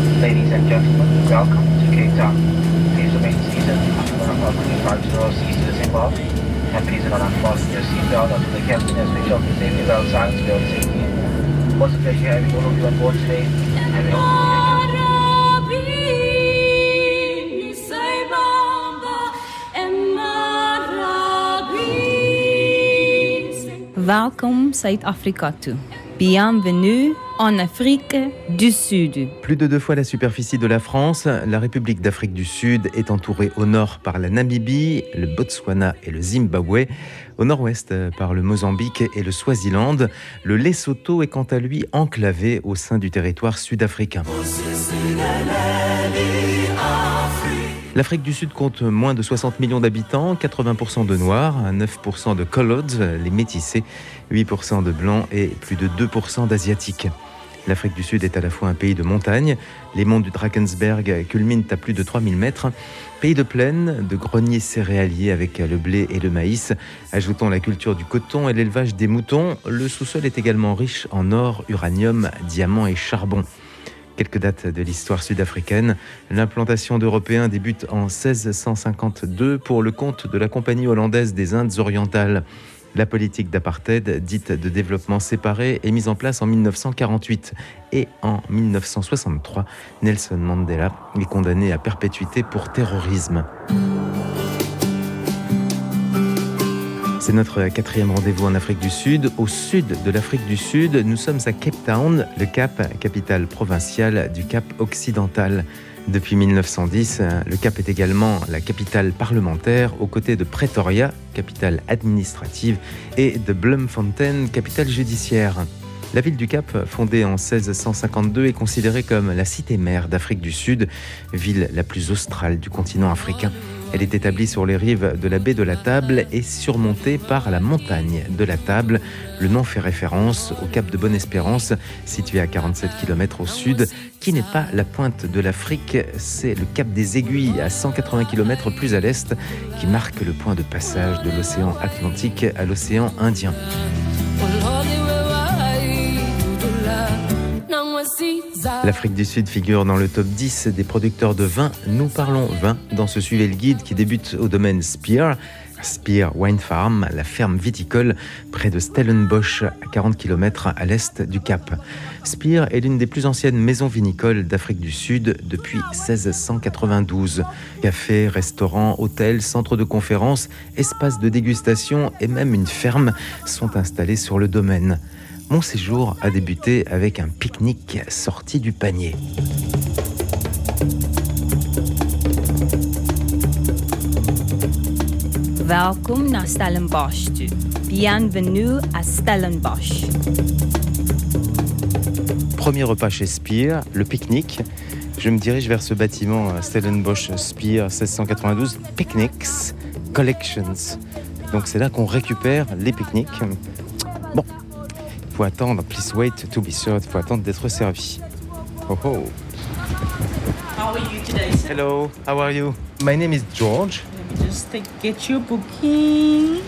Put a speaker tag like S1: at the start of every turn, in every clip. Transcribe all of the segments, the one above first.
S1: and gentlemen, welcome to Cape Town. Please remain seated until an approximately 50 ceases to involve, and please do not unfasten your seatbelt until the captain has switched off the safety belt signs to safety. What's a pleasure having all of you on board today, and we hope you take
S2: Welkom Zuid-Afrika toe. Bienvenue en Afrique du Sud.
S3: Plus de deux fois la superficie de la France, la République d'Afrique du Sud est entourée au nord par la Namibie, le Botswana et le Zimbabwe, au nord-ouest euh, par le Mozambique et le Swaziland. Le Lesotho est quant à lui enclavé au sein du territoire sud-africain. L'Afrique du Sud compte moins de 60 millions d'habitants, 80% de Noirs, 9% de Colored, les métissés, 8% de Blancs et plus de 2% d'Asiatiques. L'Afrique du Sud est à la fois un pays de montagne, les monts du Drakensberg culminent à plus de 3000 mètres, pays de plaine, de greniers céréaliers avec le blé et le maïs, ajoutons la culture du coton et l'élevage des moutons, le sous-sol est également riche en or, uranium, diamants et charbon. Quelques dates de l'histoire sud-africaine. L'implantation d'Européens débute en 1652 pour le compte de la Compagnie hollandaise des Indes orientales. La politique d'apartheid, dite de développement séparé, est mise en place en 1948. Et en 1963, Nelson Mandela est condamné à perpétuité pour terrorisme. C'est notre quatrième rendez-vous en Afrique du Sud. Au sud de l'Afrique du Sud, nous sommes à Cape Town, le Cap, capitale provinciale du Cap occidental. Depuis 1910, le Cap est également la capitale parlementaire aux côtés de Pretoria, capitale administrative, et de Bloemfontein, capitale judiciaire. La ville du Cap, fondée en 1652, est considérée comme la cité-mère d'Afrique du Sud, ville la plus australe du continent africain. Elle est établie sur les rives de la baie de la Table et surmontée par la montagne de la Table. Le nom fait référence au Cap de Bonne-Espérance, situé à 47 km au sud, qui n'est pas la pointe de l'Afrique, c'est le Cap des Aiguilles, à 180 km plus à l'est, qui marque le point de passage de l'océan Atlantique à l'océan Indien. L'Afrique du Sud figure dans le top 10 des producteurs de vin. Nous parlons vin dans ce Suivez le guide qui débute au domaine Spear. Spear Wine Farm, la ferme viticole près de Stellenbosch, à 40 km à l'est du Cap. Spear est l'une des plus anciennes maisons vinicoles d'Afrique du Sud depuis 1692. Café, restaurant, hôtel, centre de conférence, espace de dégustation et même une ferme sont installés sur le domaine mon séjour a débuté avec un pique-nique sorti du panier.
S2: Welkom naar Stellenbosch toe. Bienvenue à Stellenbosch.
S3: Premier repas chez Spear, le pique-nique. Je me dirige vers ce bâtiment euh, Stellenbosch Spear 1692 Picnics Collections. Donc c'est là qu'on récupère les pique-niques. Bon, faut attendre, please wait to be served, faut attendre d'être servi. Oh oh.
S4: How are you today, sir?
S3: Hello, how are you? My name is George.
S4: Let me just take, get your booking.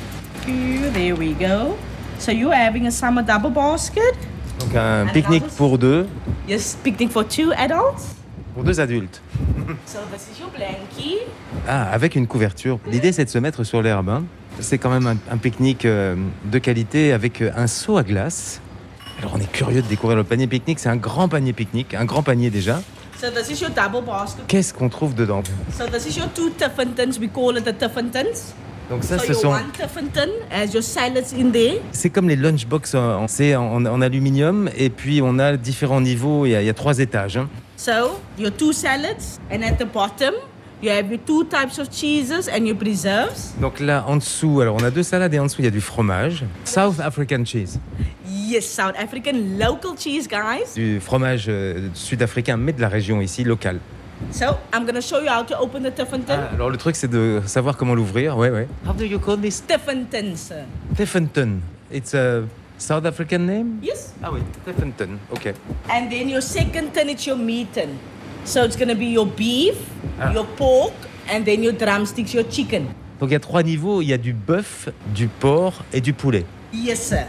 S4: Here, There we go. So you're having a summer double basket?
S3: Donc un pique-nique pour deux,
S4: Yes, picnic for two adults.
S3: pour deux adultes.
S4: So this is your blankie.
S3: Ah, avec une couverture. L'idée c'est de se mettre sur l'herbe. hein. C'est quand même un, un pique-nique euh, de qualité avec euh, un seau à glace. Alors on est curieux de découvrir le panier pique-nique, c'est un grand panier pique-nique, un grand panier déjà.
S4: So this is your double basket.
S3: Qu'est-ce qu'on trouve dedans
S4: So this is your two tuffentons. We call it the tuffentons.
S3: Donc ça
S4: so
S3: ce
S4: your
S3: sont
S4: one tuffenton has your salads in there.
S3: c'est comme les lunchbox en, en- c'est en, en aluminium et puis on a différents niveaux, il y a, il y a trois étages. hein.
S4: So your two salads, and at the bottom you have your two types of cheeses and your preserves.
S3: Donc là, en dessous, alors on a deux salades et en dessous, il y a du fromage. South African cheese.
S4: Yes, South African local cheese, guys.
S3: Du fromage euh, sud-africain, mais de la région ici, locale.
S4: So I'm gonna show you how to open the tuffenton.
S3: Ah, Alors le truc, c'est de savoir comment l'ouvrir. Ouais, ouais. How do you call this?
S4: Tuffenton, sir.
S3: Teffenton. It's a South African name?
S4: Yes.
S3: Ah oui, Teffenton. OK.
S4: And then your second ton is your meat ton. So it's gonna be your beef,
S3: Ah.
S4: your pork, and then your drumsticks, your chicken.
S3: Donc il y a trois niveaux. Il y a du bœuf, du porc et du poulet.
S4: Yes, sir.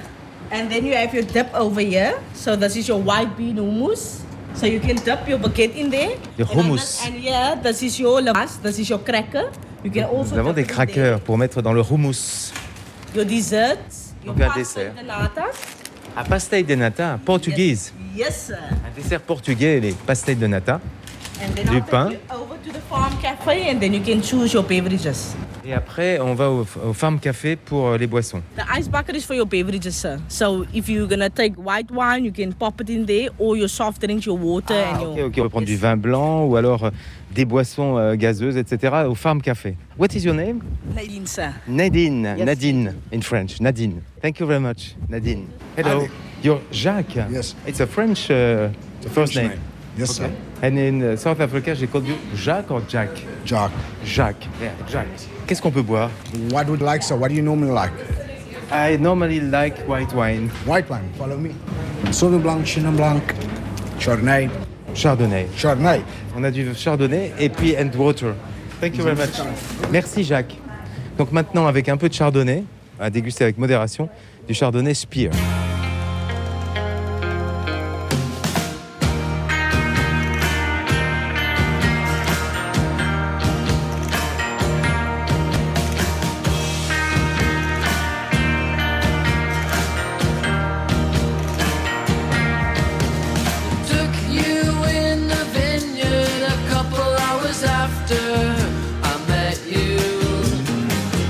S4: And then you have your dip over here. So this is your white bean hummus. So you can dump your baguette in there.
S3: The
S4: And I'm
S3: hummus.
S4: just- And yeah, this is your lavash, this is your cracker. You can also
S3: Nous avons
S4: dump
S3: des
S4: it in there.
S3: crackers pour mettre dans le hummus.
S4: Your desserts, your
S3: Donc un
S4: pasta
S3: dessert.
S4: de nata.
S3: À pastel de nata, portugaise.
S4: Yes, sir.
S3: Un dessert portugais, les pastel de nata.
S4: And then
S3: Du
S4: after
S3: pain.
S4: you over to the farm cafe and then you can choose your beverages.
S3: Et après, on va au, au farm café pour euh, les boissons.
S4: The ice bucket is for your beverages, sir. So if you're gonna take white wine, you can pop it in there, or your soft drinks, your water,
S5: Ah,
S4: and
S3: ok,
S4: your.
S3: ok, on peut prendre du vin blanc ou alors euh, des boissons euh, gazeuses, etc. au farm café. What is your name?
S4: Nadine, sir.
S3: Nadine,
S4: Yes.
S3: Nadine in French, Nadine. Thank you very much, Nadine. Hello,
S6: Alex.
S3: you're Jacques.
S6: Yes.
S3: It's a French uh, first
S6: French
S3: name.
S6: name. Yes, sir.
S3: And in uh, South Africa, they call you Jacques or Jack?
S6: Jack,
S3: Jacques. Yeah, Jacques. Qu'est-ce qu'on peut boire?
S6: what would you like, sir? What do you normally like?
S3: I normally like white wine,
S6: White wine, follow me. Sauvignon Blanc, Chenin Blanc, Chardonnay.
S3: Chardonnay.
S6: Chardonnay.
S3: On a du chardonnay et puis and water. Thank you very much. Merci Jacques. Donc maintenant avec un peu de chardonnay, à déguster avec modération, du chardonnay Spear.
S5: Took you in the vineyard a couple hours after I met you.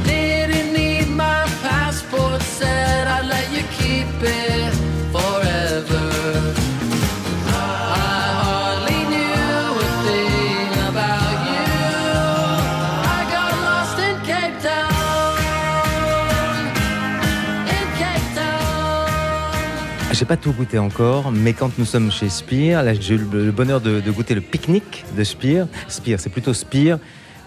S5: Didn't need my passport, said I'd let you keep it forever. I hardly knew a thing about you. I got lost in Cape Town. In Cape Town.
S3: J'ai pas tout goûté encore, mais quand nous sommes chez Spear, là j'ai eu le le bonheur de, de goûter le pique-nique de Spear. Spear, c'est plutôt Spear.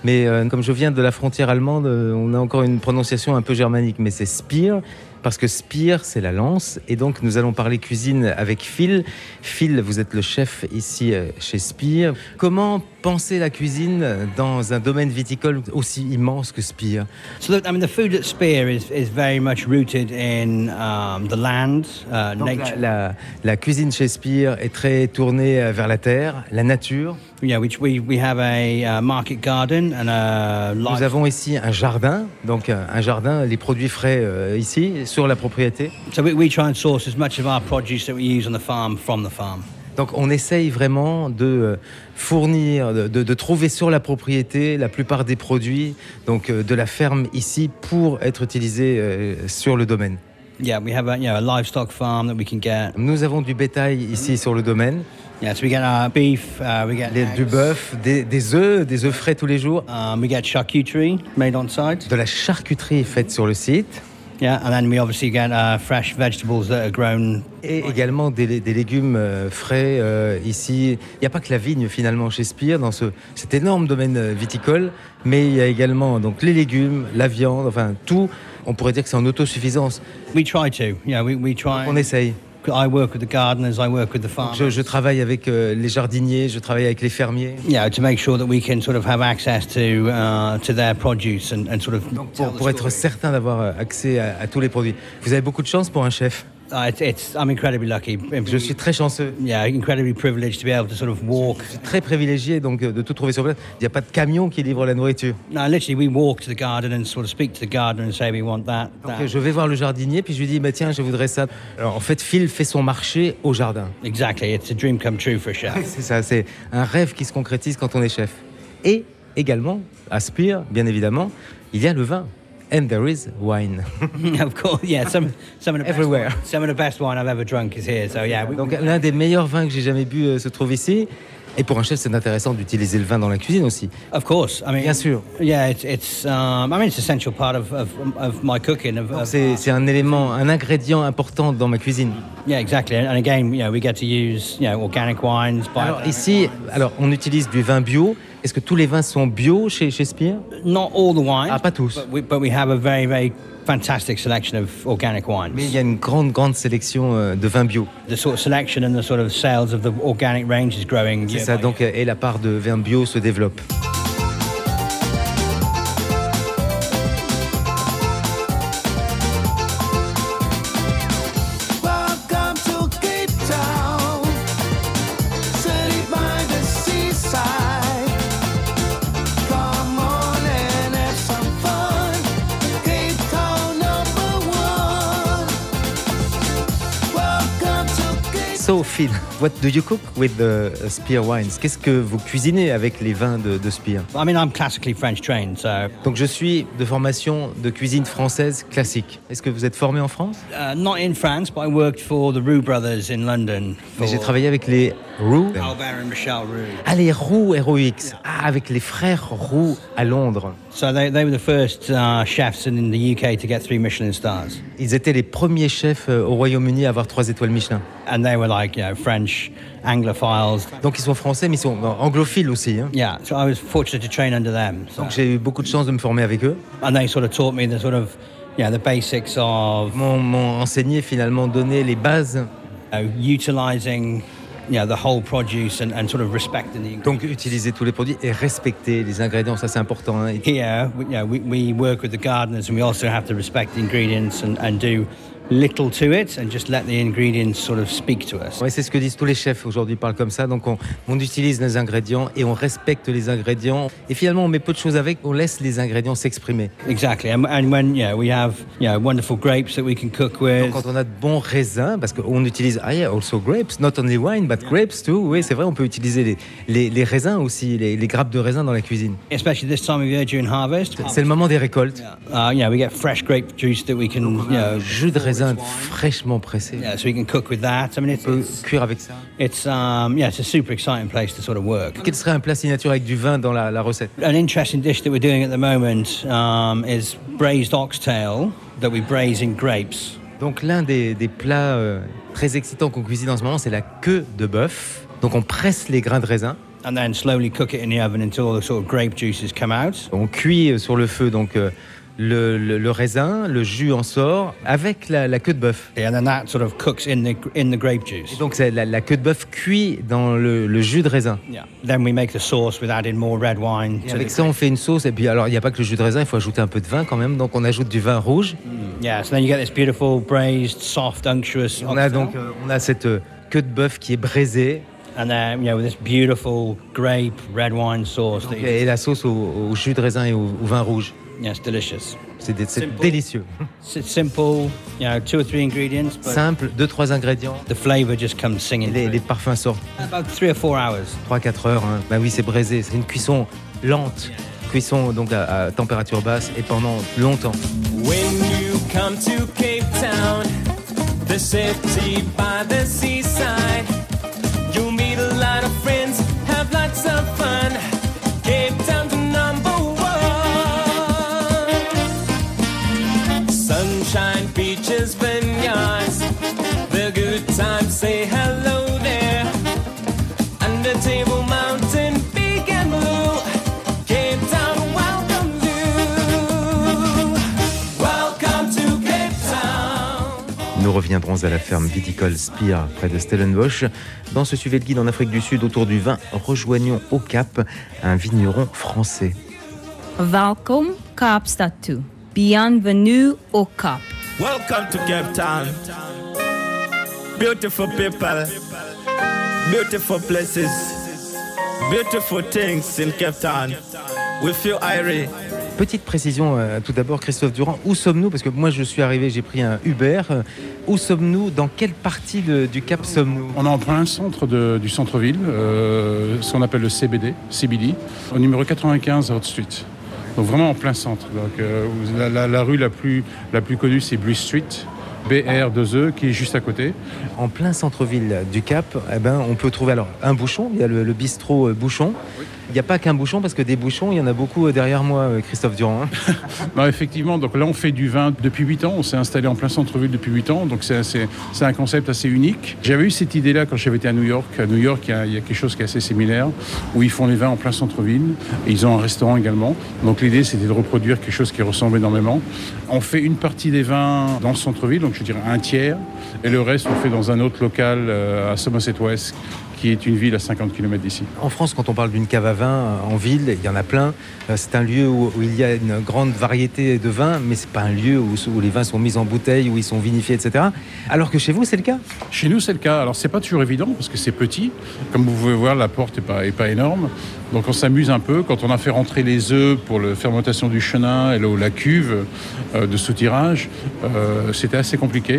S3: Mais euh, comme je viens de la frontière allemande, euh, on a encore une prononciation un peu germanique, mais c'est Spear, parce que Spear, c'est la lance. Et donc nous allons parler cuisine avec Phil. Phil, vous êtes le chef ici euh, chez Spear. Comment penser la cuisine dans un domaine viticole aussi immense que Spear
S7: So look, I mean, the food at Spear is, is very much rooted in um, the land, uh,
S3: Donc,
S7: nature,
S3: la, la cuisine chez Spear est très tournée euh, vers la terre, la nature.
S7: yeah, which we, we have a uh, market garden and a live-
S3: Nous avons ici un jardin, donc euh, un jardin, les produits frais euh, ici, sur la propriété.
S7: So we, we try and source as much of our produce that we use on the farm from the farm.
S3: Donc on essaye vraiment de euh, fournir, de, de- de trouver sur la propriété la plupart des produits donc euh, de la ferme ici pour être utilisés euh, sur le domaine.
S7: Yeah, we have a, you know, a livestock farm that we can get.
S3: Nous avons du bétail ici sur le domaine,
S7: Yeah, so we get our beef, uh, we get
S3: les- du
S7: eggs,
S3: bœuf, des, des œufs, des œufs frais tous les jours,
S7: um, we get charcuterie made on site.
S3: de la charcuterie faite sur le site
S7: Yeah, and then we obviously get uh, fresh vegetables that are grown.
S3: et également des, des légumes euh, frais euh, ici. Il n'y a pas que la vigne finalement chez Spire dans ce, cet énorme domaine euh, viticole, mais il y a également donc les légumes, la viande, enfin tout. On pourrait dire que c'est en autosuffisance.
S7: We try to, yeah, we, we try.
S3: On essaye.
S7: I work with the gardeners, I work with the farmers.
S3: Je, je travaille avec euh, les jardiniers, je travaille avec les fermiers.
S7: you know, to make sure that we can sort of have access to uh, to their produce and, and sort of
S3: Pour, pour être certain d'avoir euh, accès à, à tous les produits. Vous avez beaucoup de chance pour un chef.
S7: Uh, it's, it's I'm incredibly lucky.
S3: Je suis très chanceux,
S7: yeah, incredibly privileged to be able to sort of walk.
S3: très privilégié donc euh, de tout trouver sur place. Il n'y a pas de camion qui livre la nourriture.
S7: No, literally, we walk to the garden and sort of speak to the gardener and say we want that.
S3: Donc,
S7: that.
S3: euh, je vais voir le jardinier, puis je lui dis, bah, tiens, je voudrais ça. Alors, en fait, Phil fait son marché au jardin.
S7: Exactly, it's a dream come true for a chef.
S3: C'est ça, c'est un rêve qui se concrétise quand on est chef. Et également, à Spire, bien évidemment, il y a le vin. And there is wine.
S7: of course, yeah. Some some of the best
S3: Everywhere.
S7: wine- some of the best wine I've ever drunk is here. So yeah, we,
S3: Donc l'un des meilleurs vins que j'ai jamais bu euh, se trouve ici. Et pour un chef, c'est intéressant d'utiliser le vin dans la cuisine aussi.
S7: of course. I mean,
S3: Bien sûr.
S7: Yeah, it's it's um, I mean it's an essential part of, of, of my cooking. Of, of
S3: C'est c'est un élément, un ingrédient important dans ma cuisine.
S7: Yeah, exactly. And again, you know, we get to use you know organic wines. Bio-
S3: Alors ici, alors on utilise du vin bio. Est-ce que tous les vins sont bio chez, chez Spire
S7: not all the wines.
S3: Ah, pas tous.
S7: But we, but we have a very, very fantastic selection of organic wines.
S3: Mais il y a une grande, grande sélection euh, de vins bio.
S7: The sort of selection and the sort of sales of the organic range is growing.
S3: C'est
S7: year
S3: ça,
S7: by
S3: donc, euh, et la part de vin bio se développe.
S5: Welcome to Cape Town. So
S8: outside. Come on and have some fun. Cape Town number one. Welcome to Cape
S3: So Phil, what do you cook with the uh, Spear wines Qu'est-ce que vous cuisinez avec les vins de, de Spear
S7: I mean, I'm classically French trained, so
S3: Donc je suis de formation de cuisine française classique. Est-ce que vous êtes formé en France
S7: uh, not in France, but I worked for the Roux brothers in London. For
S3: Mais j'ai travaillé avec les Roux.
S7: Albert and Michelle Roux.
S3: Ah les Roux ROX. Ah avec les frères Roux à Londres.
S7: So they, they were the first uh, chefs in, in the UK to get three Michelin stars.
S3: Ils étaient les premiers chefs euh, au Royaume-Uni à avoir trois étoiles Michelin.
S7: And they were like, you know, French Anglophiles.
S3: Donc ils sont français mais ils sont euh, anglophiles aussi. hein.
S7: Yeah, so I was fortunate to train under them. So.
S3: Donc j'ai eu beaucoup de chance de me former avec eux.
S7: And they sort of taught me the sort of, yeah, the basics of
S3: M'ont m'ont enseigné finalement donné les bases.
S7: you know, utilizing, you know, the whole produce and, and sort of respecting the
S3: Donc utiliser tous les produits et respecter les ingrédients, ça c'est important. hein. Et
S7: Here, we, you know, we, we work with the gardeners and we also have to respect the ingredients and, and do little to it and just let the ingredients sort of speak to us.
S3: Ouais, c'est ce que disent tous les chefs aujourd'hui, ils parlent comme ça. Donc on, on utilise les ingrédients et on respecte les ingrédients. Et finalement, on met peu de choses avec, on laisse les ingrédients s'exprimer.
S7: Exactly. And, and when, yeah, we have, you know, wonderful grapes that we can cook
S3: Donc
S7: with.
S3: quand on a de bons raisins, parce qu'on utilise ah yeah, also grapes, not only wine, but grapes too. Oui, c'est vrai, on peut utiliser les, les, les raisins aussi, les, les grappes de raisins dans la cuisine.
S7: Especially this time of year during harvest.
S3: C'est le moment des récoltes.
S7: Uh, you know, we get fresh grape juice that we can, you know,
S3: Jus de raisin fraîchement pressé.
S7: yeah, so we can cook with that. I mean, it's,
S3: On peut
S7: it's,
S3: cuire avec ça.
S7: it's um, yeah, it's a super exciting place to sort of work.
S3: Quel serait un plat signature avec du vin dans la, la recette
S7: An interesting dish that we're doing at the moment um, is braised oxtail that we braise in grapes.
S3: Donc l'un des, des plats euh, très excitants qu'on cuisine en ce moment, c'est la queue de bœuf. Donc on presse les grains de raisin.
S7: and then slowly cook it in the oven until all the sort of grape juices come out.
S3: On cuit euh, sur le feu donc euh, le, le- le raisin, le jus en sort avec la, la queue de bœuf.
S7: And then that sort of cooks in the in the grape
S3: Et
S7: juice.
S3: donc c'est la, la queue de bœuf cuit dans le, le jus de raisin.
S7: Yeah. Then we make the sauce with adding more red wine.
S3: Et
S7: To
S3: avec
S7: the,
S3: ça, on fait une sauce. Et puis, alors, il n'y a pas que le jus de raisin, il faut ajouter un peu de vin quand même. Donc, on ajoute du vin rouge.
S7: Mm. yeah. So then you get this beautiful braised, soft, unctuous.
S3: On a
S7: oxtail.
S3: donc euh, on a cette euh, queue de bœuf qui est braisée
S7: And then you know with this beautiful grape red wine sauce. That you,
S3: et la sauce au, au jus de raisin et au, au vin rouge.
S7: yeah, it's delicious.
S3: C'est des- c'est
S7: Simple.
S3: délicieux.
S7: It's, it's simple. You know, two or three ingredients, but
S3: Simple, deux, trois ingrédients.
S7: the flavour just comes singing.
S3: Les,
S7: through.
S3: les parfums sortent
S7: About three or four hours.
S3: 3-4 heures. hein. Bah oui, c'est braisé. C'est une cuisson lente. Cuisson donc à, à température basse et pendant longtemps.
S8: When you come to Cape Town, the city by the seaside, you'll meet a lot of friends, have lots of fun. Cape Town's number one. Sunshine, beaches, vineyards, the good times say hello there. Under Table Mountain, big and blue, Cape Town welcomes you. Welcome to Cape Town.
S3: Nous reviendrons à la ferme viticole Spire près de Stellenbosch. Dans ce sujet de guide en Afrique du Sud autour du vin, rejoignons au Cap un vigneron français.
S2: Welkom Kaapstad toe. Bienvenue au Kaap.
S9: Welcome to Cape Town. Beautiful people, beautiful places, beautiful things in Cape Town. We feel Irie.
S3: Petite précision euh, tout d'abord, Christophe Durand, où sommes-nous Parce que moi je suis arrivé, j'ai pris un Uber. Euh, Où sommes-nous Dans quelle partie de- du Cap sommes-nous
S10: On est en plein centre de- du centre-ville, euh, ce qu'on appelle le CBD, CBD, au numéro 95 Hot Street. Donc vraiment en plein centre. Donc, euh, vous- la, la- la rue la plus, la plus connue, c'est Blue Street, BR2E, E, qui est juste à côté.
S3: En plein centre-ville du Cap, eh ben, on peut trouver alors un bouchon, il y a le, le bistrot euh, Bouchon. Il n'y a pas qu'un bouchon parce que des bouchons, il y en a beaucoup euh, derrière moi, euh, Christophe Durand. hein.
S10: Non, effectivement, donc là on fait du vin depuis 8 ans, on s'est installé en plein centre-ville depuis 8 ans, donc c'est assez- c'est un concept assez unique. J'avais eu cette idée-là quand j'avais été à New York. À New York, il y, a, il y a quelque chose qui est assez similaire, où ils font les vins en plein centre-ville, et ils ont un restaurant également. Donc l'idée c'était de reproduire quelque chose qui ressemble énormément. On fait une partie des vins dans le centre-ville, donc je dirais un tiers, et le reste on fait dans un autre local euh, à Somerset West, qui qui est une ville à 50 km d'ici.
S3: En France, quand on parle d'une cave à vin euh, en ville, il y en a plein. Euh, C'est un lieu où, où il y a une grande variété de vins, mais ce n'est pas un lieu où, où, les vins sont mis en bouteille, où ils sont vinifiés, etc. Alors que chez vous, c'est le cas
S10: Chez nous, c'est le cas. Alors, ce n'est pas toujours évident parce que c'est petit. Comme vous pouvez voir, la porte n'est pas, est pas énorme. Donc, on s'amuse un peu. Quand on a fait rentrer les œufs pour la fermentation du chenin et la cuve euh, de soutirage, euh, c'était assez compliqué.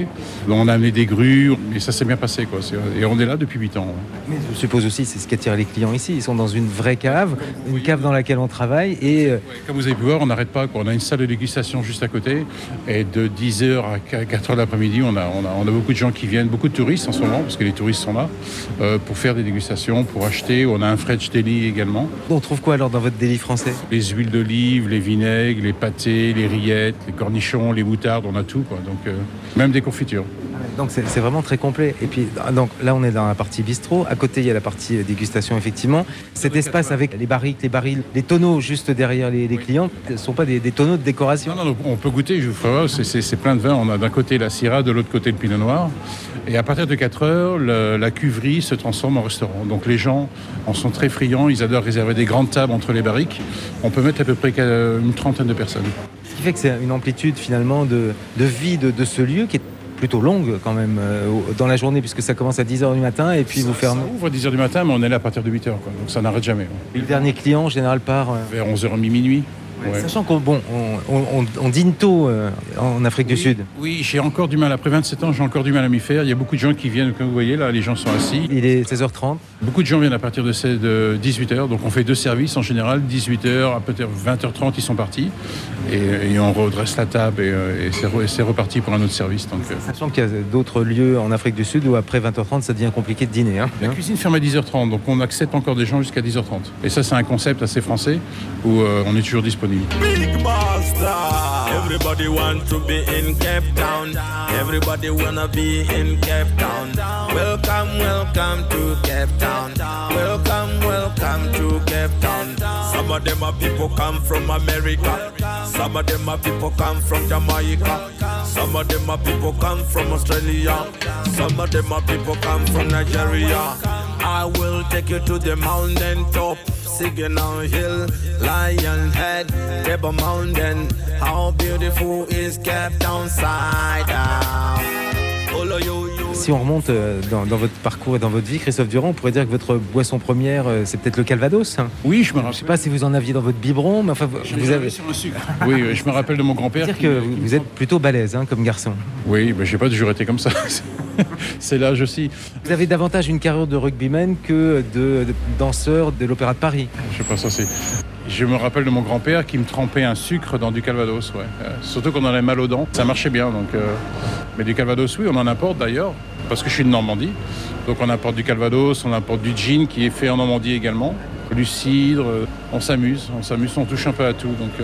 S10: Donc, on a amené des grues, mais ça s'est bien passé. Quoi. Et on est là depuis 8 ans.
S3: Mais je suppose aussi, c'est ce qui attire les clients ici. Ils sont dans une vraie cave, une cave dans laquelle on travaille. Et... euh, Ouais,
S10: comme vous avez pu voir, on n'arrête pas. Quoi. On a une salle de dégustation juste à côté. Et de 10h à 4h de l'après-midi, on a, on, a, on a, beaucoup de gens qui viennent, beaucoup de touristes en ce moment, parce que les touristes sont là, euh, pour faire des dégustations, pour acheter. On a un French Deli également.
S3: On trouve quoi alors dans votre délit français
S10: Les huiles d'olive, les vinaigres, les pâtés, les rillettes, les cornichons, les moutardes, on a tout. Quoi. Donc, euh, même des confitures.
S3: Donc c'est vraiment très complet. Et puis donc là on est dans la partie bistrot. À côté il y a la partie euh, dégustation effectivement. Cet espace avec les barriques, les barils, les tonneaux juste derrière les, les clients ne sont pas des, des, tonneaux de décoration.
S10: Non, non, on peut goûter. Je vous ferai. C'est plein de vins. On a d'un côté la Syrah, de l'autre côté le Pinot Noir. Et à partir de 4 heures, le, la cuverie se transforme en restaurant. Donc les gens en sont très friands. Ils adorent réserver des grandes tables entre les barriques. On peut mettre à peu près une trentaine de personnes.
S3: Ce qui fait que c'est une amplitude finalement de, de vie de, de ce lieu qui est plutôt longue quand même euh, dans la journée puisque ça commence à 10h du matin et puis
S10: ça,
S3: vous fermez.
S10: Ça ouvre à 10h du matin mais on est là à partir de 8h donc ça n'arrête jamais.
S3: Et le dernier client en général part euh...
S10: vers 11h30 minuit.
S3: Ouais. Sachant qu'on bon, on, on, on, dîne tôt euh, en Afrique
S10: oui,
S3: du Sud.
S10: Oui, j'ai encore du mal. Après 27 ans, j'ai encore du mal à m'y faire. Il y a beaucoup de gens qui viennent, comme vous voyez là, les gens sont assis.
S3: Il est 16h30.
S10: Beaucoup de gens viennent à partir de 18h. Donc on fait deux services en général, 18h à peut-être 20h30, ils sont partis. Et, et, on redresse la table et, et c'est reparti pour un autre service. Donc, euh.
S3: Sachant qu'il y a d'autres lieux en Afrique du Sud où après 20h30, ça devient compliqué de dîner. Hein.
S10: La cuisine ferme à 10h30, donc on accepte encore des gens jusqu'à 10h30. Et ça, c'est un concept assez français où euh, on est toujours disponible.
S9: Big Master. Everybody want to be in Cape Town. Everybody wanna be in Cape Town. Welcome, welcome to Cape Town. Welcome, welcome to Cape Town. Some of them are people come from America. Some of them are people come from Jamaica. Some of them are people come from Australia. Some of them are people come from Nigeria. I will take you to the mountain top. Singing on hill, lion head, Table Mountain. How beautiful is Cape Town side
S3: Si on remonte euh, dans, dans, votre parcours et dans votre vie, Christophe Durand, on pourrait dire que votre boisson première, euh, c'est peut-être le Calvados. hein.
S10: Oui, je me rappelle.
S3: Je ne sais pas si vous en aviez dans votre biberon, mais enfin,
S10: je
S3: vous avez.
S10: Sur le sucre. oui, je me rappelle de mon grand-père.
S3: Dire que vous, vous êtes plutôt balèze hein, comme garçon.
S10: Oui, mais j'ai pas toujours été comme ça. c'est l'âge aussi.
S3: Vous avez davantage une carrière de rugbyman que de, de danseur de l'Opéra de Paris.
S10: Je pense aussi. Je me rappelle de mon grand-père qui me trempait un sucre dans du calvados, ouais. Euh, surtout qu'on en avait mal aux dents. Ça marchait bien, donc. Euh... Mais du calvados, oui, on en apporte d'ailleurs, parce que je suis de Normandie. Donc on apporte du calvados, on apporte du gin qui est fait en Normandie également, du cidre. Euh... On s'amuse, on s'amuse, on touche un peu à tout. Donc, euh,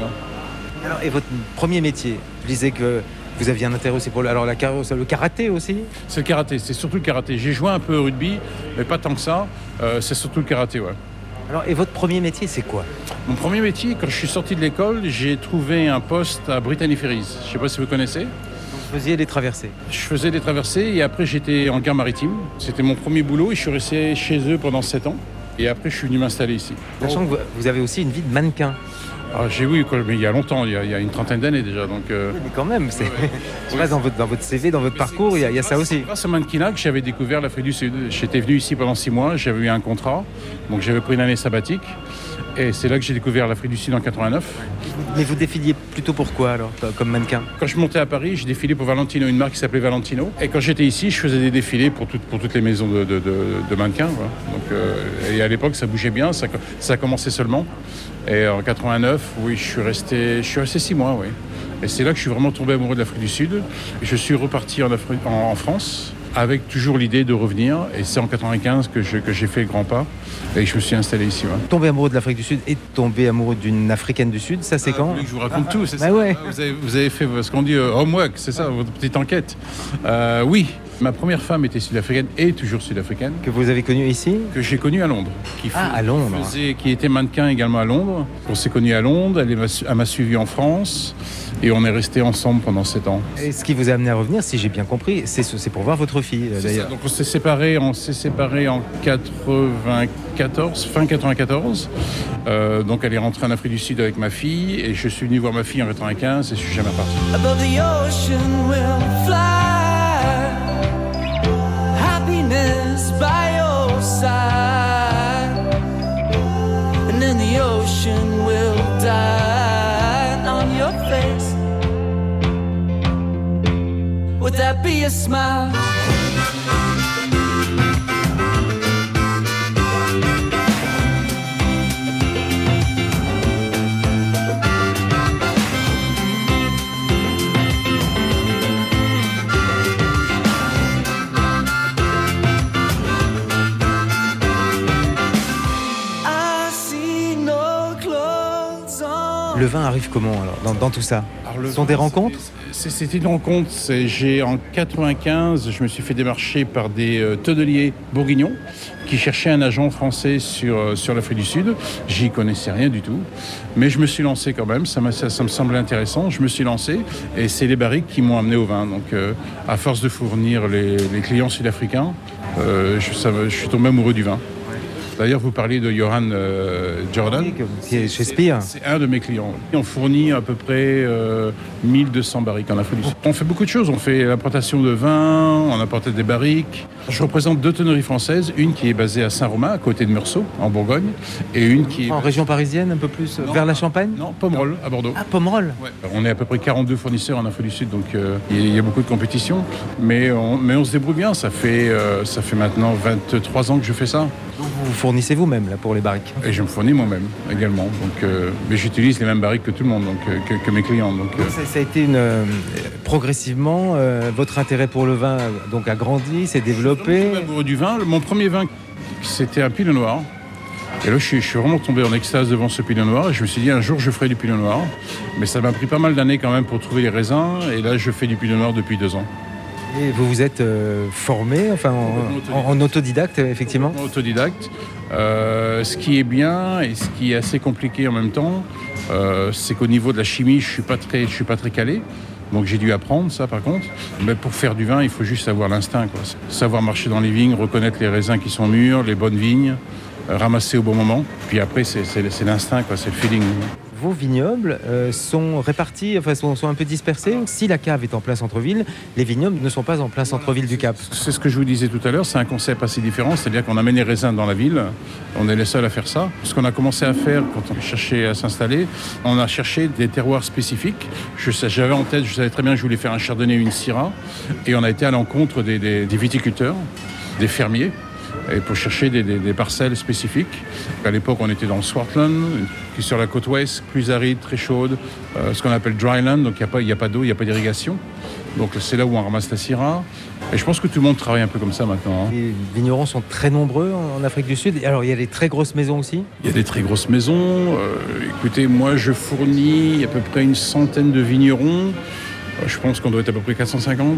S3: Alors, et votre premier métier Vous disiez que vous aviez un intérêt aussi pour le, alors la le karaté aussi
S10: C'est le karaté, c'est surtout le karaté. J'ai joué un peu au rugby, mais pas tant que ça. Euh, c'est surtout le karaté, ouais.
S3: Alors, et votre premier métier, c'est quoi
S10: Mon premier métier, quand je suis sorti de l'école, j'ai trouvé un poste à Brittany Ferries. Je ne sais pas si vous connaissez.
S3: Vous faisiez des traversées
S10: Je faisais des traversées et après j'étais en gare maritime. C'était mon premier boulot et je suis resté chez eux pendant 7 ans. Et après, je suis venu m'installer ici.
S3: Sachant que vous avez aussi une vie de mannequin.
S10: Ah, j'ai oui, mais il y a longtemps, il y a, il y a une trentaine d'années déjà. Donc, euh...
S3: oui, mais quand même, c'est ouais. dans, votre, dans votre CV, dans votre mais parcours, il y a, il y a ça aussi.
S10: Grâce à Mannequinat que j'avais découvert l'Afrique du Sud. J'étais venu ici pendant six mois, j'avais eu un contrat, donc j'avais pris une année sabbatique. Et c'est là que j'ai découvert l'Afrique du Sud en 89.
S3: Mais vous défiliez plutôt pour quoi alors, comme mannequin
S10: Quand je montais à Paris, je défilais pour Valentino, une marque qui s'appelait Valentino. Et quand j'étais ici, je faisais des défilés pour, tout, pour toutes les maisons de, de, de, de mannequins. Voilà. Donc, euh, et à l'époque, ça bougeait bien, ça, ça commençait seulement. Et en 89, oui, je suis resté, je suis resté six mois, oui. Et c'est là que je suis vraiment tombé amoureux de l'Afrique du Sud. Je suis reparti en, Afri... en France avec toujours l'idée de revenir. Et c'est en 95 que, j'ai que fait le grand pas et que je me suis installé ici. Ouais.
S3: Tomber amoureux de l'Afrique du Sud et tomber amoureux d'une Africaine du Sud, ça c'est ah, quand
S10: Je vous raconte ah, tout, c'est bah ça. Ouais. Vous, avez, vous, avez, fait ce qu'on dit euh, homework, c'est ça, votre petite enquête. Euh, oui. Ma première femme était sud-africaine et toujours sud-africaine.
S3: Que vous avez connue ici
S10: Que j'ai connue à Londres. Qui
S3: Ah, à Londres.
S10: Qui, faisait- qui était mannequin également à Londres. On s'est connus à Londres, elle est ma- elle m'a suivi en France et on est restés ensemble pendant 7 ans.
S3: Et ce qui vous a amené à revenir, si j'ai bien compris, c'est ce- c'est pour voir votre fille, euh,
S10: C'est ça.
S3: d'ailleurs.
S10: Donc on s'est séparés, on s'est séparés en 94, fin 94. Euh, donc elle est rentrée en Afrique du Sud avec ma fille et je suis venu voir ma fille en 95 et je suis jamais parti.
S5: Above the ocean will fly. Happiness by your side. And then the ocean will die on your face. Would that be a smile? I see no clothes on.
S3: Le vin arrive comment, alors, dans, dans tout ça Ce sont des rencontres
S10: C'est- C'était une rencontre. C'est- J'ai en 95, je me suis fait démarcher par des euh, tonneliers bourguignons qui cherchaient un agent français sur euh, sur l'Afrique du Sud. J'y connaissais rien du tout, mais je me suis lancé quand même. Ça, m'a- ça, ça me semblait intéressant. Je me suis lancé et c'est les barriques qui m'ont amené au vin. Donc, euh, à force de fournir les, les clients sud-africains, euh, je, ça me- je suis tombé amoureux du vin. D'ailleurs, vous parliez de Johan euh, Jordan.
S3: qui est chez Spire.
S10: C'est un de mes clients. Et on fournit à peu près euh, 1200 barriques en Afrique du Sud. On fait beaucoup de choses. On fait l'importation de vin, on importe des barriques. Je représente deux tonneries françaises, une qui est basée à Saint-Romain, à côté de Meursault, en Bourgogne, et une qui est...
S3: En région parisienne, un peu plus, euh, vers la Champagne
S10: Non, Pomerol, à Bordeaux.
S3: Ah, Pomerol
S10: Ouais. On est à peu près 42 fournisseurs en Afrique du Sud, donc euh, il y, a- il y a beaucoup de compétition. Mais on, mais on se débrouille bien. Ça fait, euh, ça fait maintenant 23 ans que je fais ça.
S3: Vous fournissez vous-même, là, pour les barriques
S10: Et je me fournis moi-même également. Donc, euh, mais j'utilise les mêmes barriques que tout le monde, donc, euh, que, que mes clients. Donc, euh,
S3: Ça, ça a été une, euh, progressivement, euh, votre intérêt pour le vin euh, donc, a grandi, s'est développé.
S10: Je suis amoureux du vin. Le- Mon premier vin, c'était un pinot noir. Et là, je suis, je suis vraiment tombé en extase devant ce pinot noir. Et je me suis dit, un jour, je ferai du pinot noir. Mais ça m'a pris pas mal d'années quand même pour trouver les raisins. Et là, je fais du pinot noir depuis deux ans.
S3: Et vous vous êtes euh, formé, enfin, en, en- en autodidacte, effectivement
S10: Complètement autodidacte. Euh, ce qui est bien et ce qui est assez compliqué en même temps, euh, c'est qu'au niveau de la chimie, je suis pas très, je suis pas très calé. Donc j'ai dû apprendre ça par contre. Mais pour faire du vin, il faut juste savoir l'instinct, quoi. Savoir marcher dans les vignes, reconnaître les raisins qui sont mûrs, les bonnes vignes, euh, ramasser au bon moment. Puis après, c'est- c'est c'est l'instinct, quoi, c'est le feeling.
S3: Vos vignobles euh, sont répartis, enfin, sont, sont un peu dispersés. Si la cave est en plein centre-ville, les vignobles ne sont pas en plein centre-ville du Cap.
S10: C'est ce que je vous disais tout à l'heure, c'est un concept assez différent, c'est-à-dire qu'on amène les raisins dans la ville, on est les seuls à faire ça. Ce qu'on a commencé à faire quand on cherchait à s'installer, on a cherché des terroirs spécifiques. Je sais- J'avais en tête, je savais très bien que je voulais faire un chardonnay ou une syrah, et on a été à l'encontre des, des- des viticulteurs, des fermiers. Et pour chercher des, des- des parcelles spécifiques. À l'époque, on était dans le Swartland, qui est sur la côte ouest, plus aride, très chaude, euh, ce qu'on appelle dryland, donc il n'y a pas, il y a pas d'eau, il n'y a pas d'irrigation. Donc c'est là où on ramasse la syrah. Et je pense que tout le monde travaille un peu comme ça maintenant. hein.
S3: Les vignerons sont très nombreux en, en Afrique du Sud. Et Alors, il y a des très grosses maisons aussi.
S10: Il y a des très grosses maisons. euh, écoutez, moi je fournis à peu près une centaine de vignerons. Euh, Je pense qu'on doit être à peu près 450.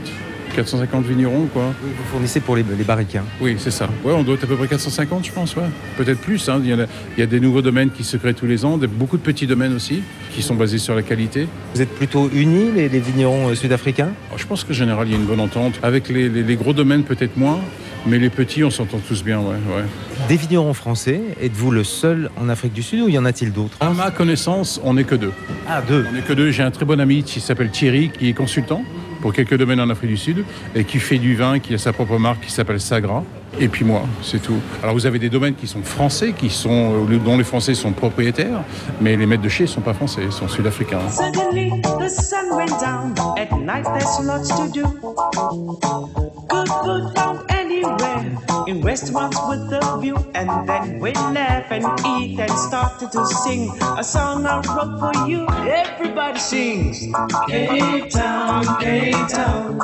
S10: 450 vignerons, quoi.
S3: Vous fournissez pour les, les barriques. hein.
S10: Oui, c'est ça. Ouais, on doit être à peu près 450, je pense, ouais. Peut-être plus. hein. Il, y en a, il y a des nouveaux domaines qui se créent tous les ans, des- beaucoup de petits domaines aussi, qui sont basés sur la qualité.
S3: Vous êtes plutôt unis, les, les vignerons euh, sud-africains
S10: Alors, je pense que général, il y a une bonne entente. Avec les, les- les gros domaines, peut-être moins, mais les petits, on s'entend tous bien, ouais. ouais.
S3: Des vignerons français, êtes-vous le seul en Afrique du Sud ou y en a-t-il d'autres
S10: À ma connaissance, on n'est que deux.
S3: Ah, deux.
S10: On n'est que deux. J'ai un très bon ami qui s'appelle Thierry, qui est consultant pour quelques domaines en Afrique du Sud et qui fait du vin, qui a sa propre marque qui s'appelle Sagra. Et puis moi, c'est tout. Alors vous avez des domaines qui sont français, qui sont, euh, dont les Français sont propriétaires, mais les maîtres de chez ne sont pas français, ils sont sud-africains.
S11: Suddenly the sun went down. At night there's lots to do. Good food found anywhere. In restaurants with a view. And then we laugh and eat and started to sing a song I wrote for you. Everybody sings. Cape Town, Cape Town.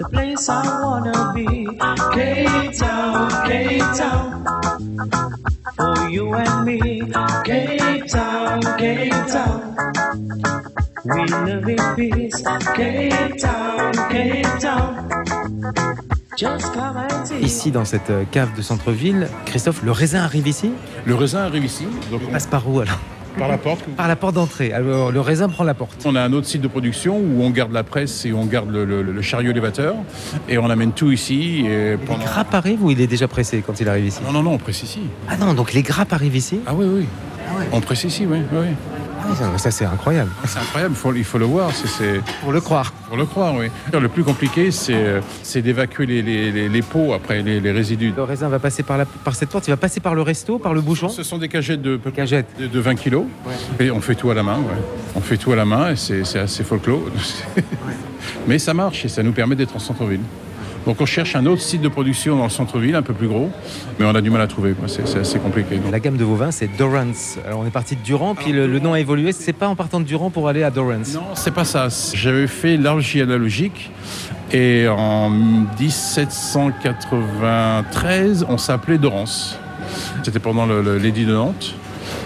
S11: The place I wanna be. Cape Town, Cape Town. For you and me. Cape Town, Cape Town. We live in peace. Cape Town, Cape Town. Just come and see.
S3: Ici, dans cette euh, cave de centre-ville, Christophe, le raisin arrive ici
S10: Le raisin arrive ici.
S3: Il passe par où alors
S10: Par la porte
S3: Par la porte d'entrée. Alors, le raisin prend la porte.
S10: On a un autre site de production où on garde la presse et on garde le, le- le chariot élévateur et on amène tout ici. Et pendant...
S3: Grappe arrive ou il est déjà pressé quand il arrive ici
S10: Non, non, non, on presse ici.
S3: Ah non, donc les grappes arrivent ici
S10: Ah oui, oui. On presse ici, oui. oui.
S3: Ah oui, ça- ça c'est incroyable.
S10: C'est incroyable, faut- il faut le voir. c'est- C'est
S3: Pour le croire.
S10: pour le croire, oui. Le plus compliqué, c'est euh, c'est d'évacuer les, les- les- les pots après, les, les résidus.
S3: Le raisin va passer par, la, par cette porte, il va passer par le resto, par le bouchon.
S10: Ce sont des cagettes de,
S3: Cagette.
S10: de, de 20 kilos. Et on fait tout à la main, ouais. On fait tout à la main et c'est c'est assez folklore. Mais ça marche et ça nous permet d'être en centre-ville. Donc on cherche un autre site de production dans le centre-ville, un peu plus gros, mais on a du mal à trouver, quoi. c'est c'est assez compliqué. donc.
S3: La gamme de vos vins, c'est Dorance. Alors on est parti de Durand, puis le, le nom a évolué. C'est pas en partant de Durand pour aller à Dorance.
S10: Non, c'est pas ça. J'avais fait l'argile analogique et en 1793, on s'appelait Dorance. C'était pendant le- le- l'édit de Nantes.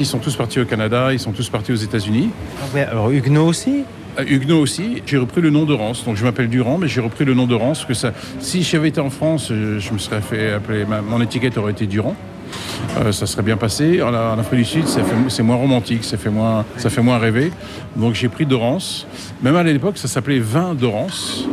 S10: Ils sont tous partis au Canada, ils sont tous partis aux États-Unis.
S3: Ah Ouais, alors Huguenot aussi
S10: À Ah, Huguenot aussi, j'ai repris le nom de Rance. Donc je m'appelle Durand, mais j'ai repris le nom de Rance. Que ça, si j'avais été en France, euh, je me serais fait appeler. ma- mon étiquette aurait été Durand. Euh, ça serait bien passé. En, en Afrique du Sud, ça fait- c'est moins romantique, ça fait moins, ça fait moins rêver. Donc j'ai pris Dorance. Même à l'époque, ça s'appelait vin Dorance.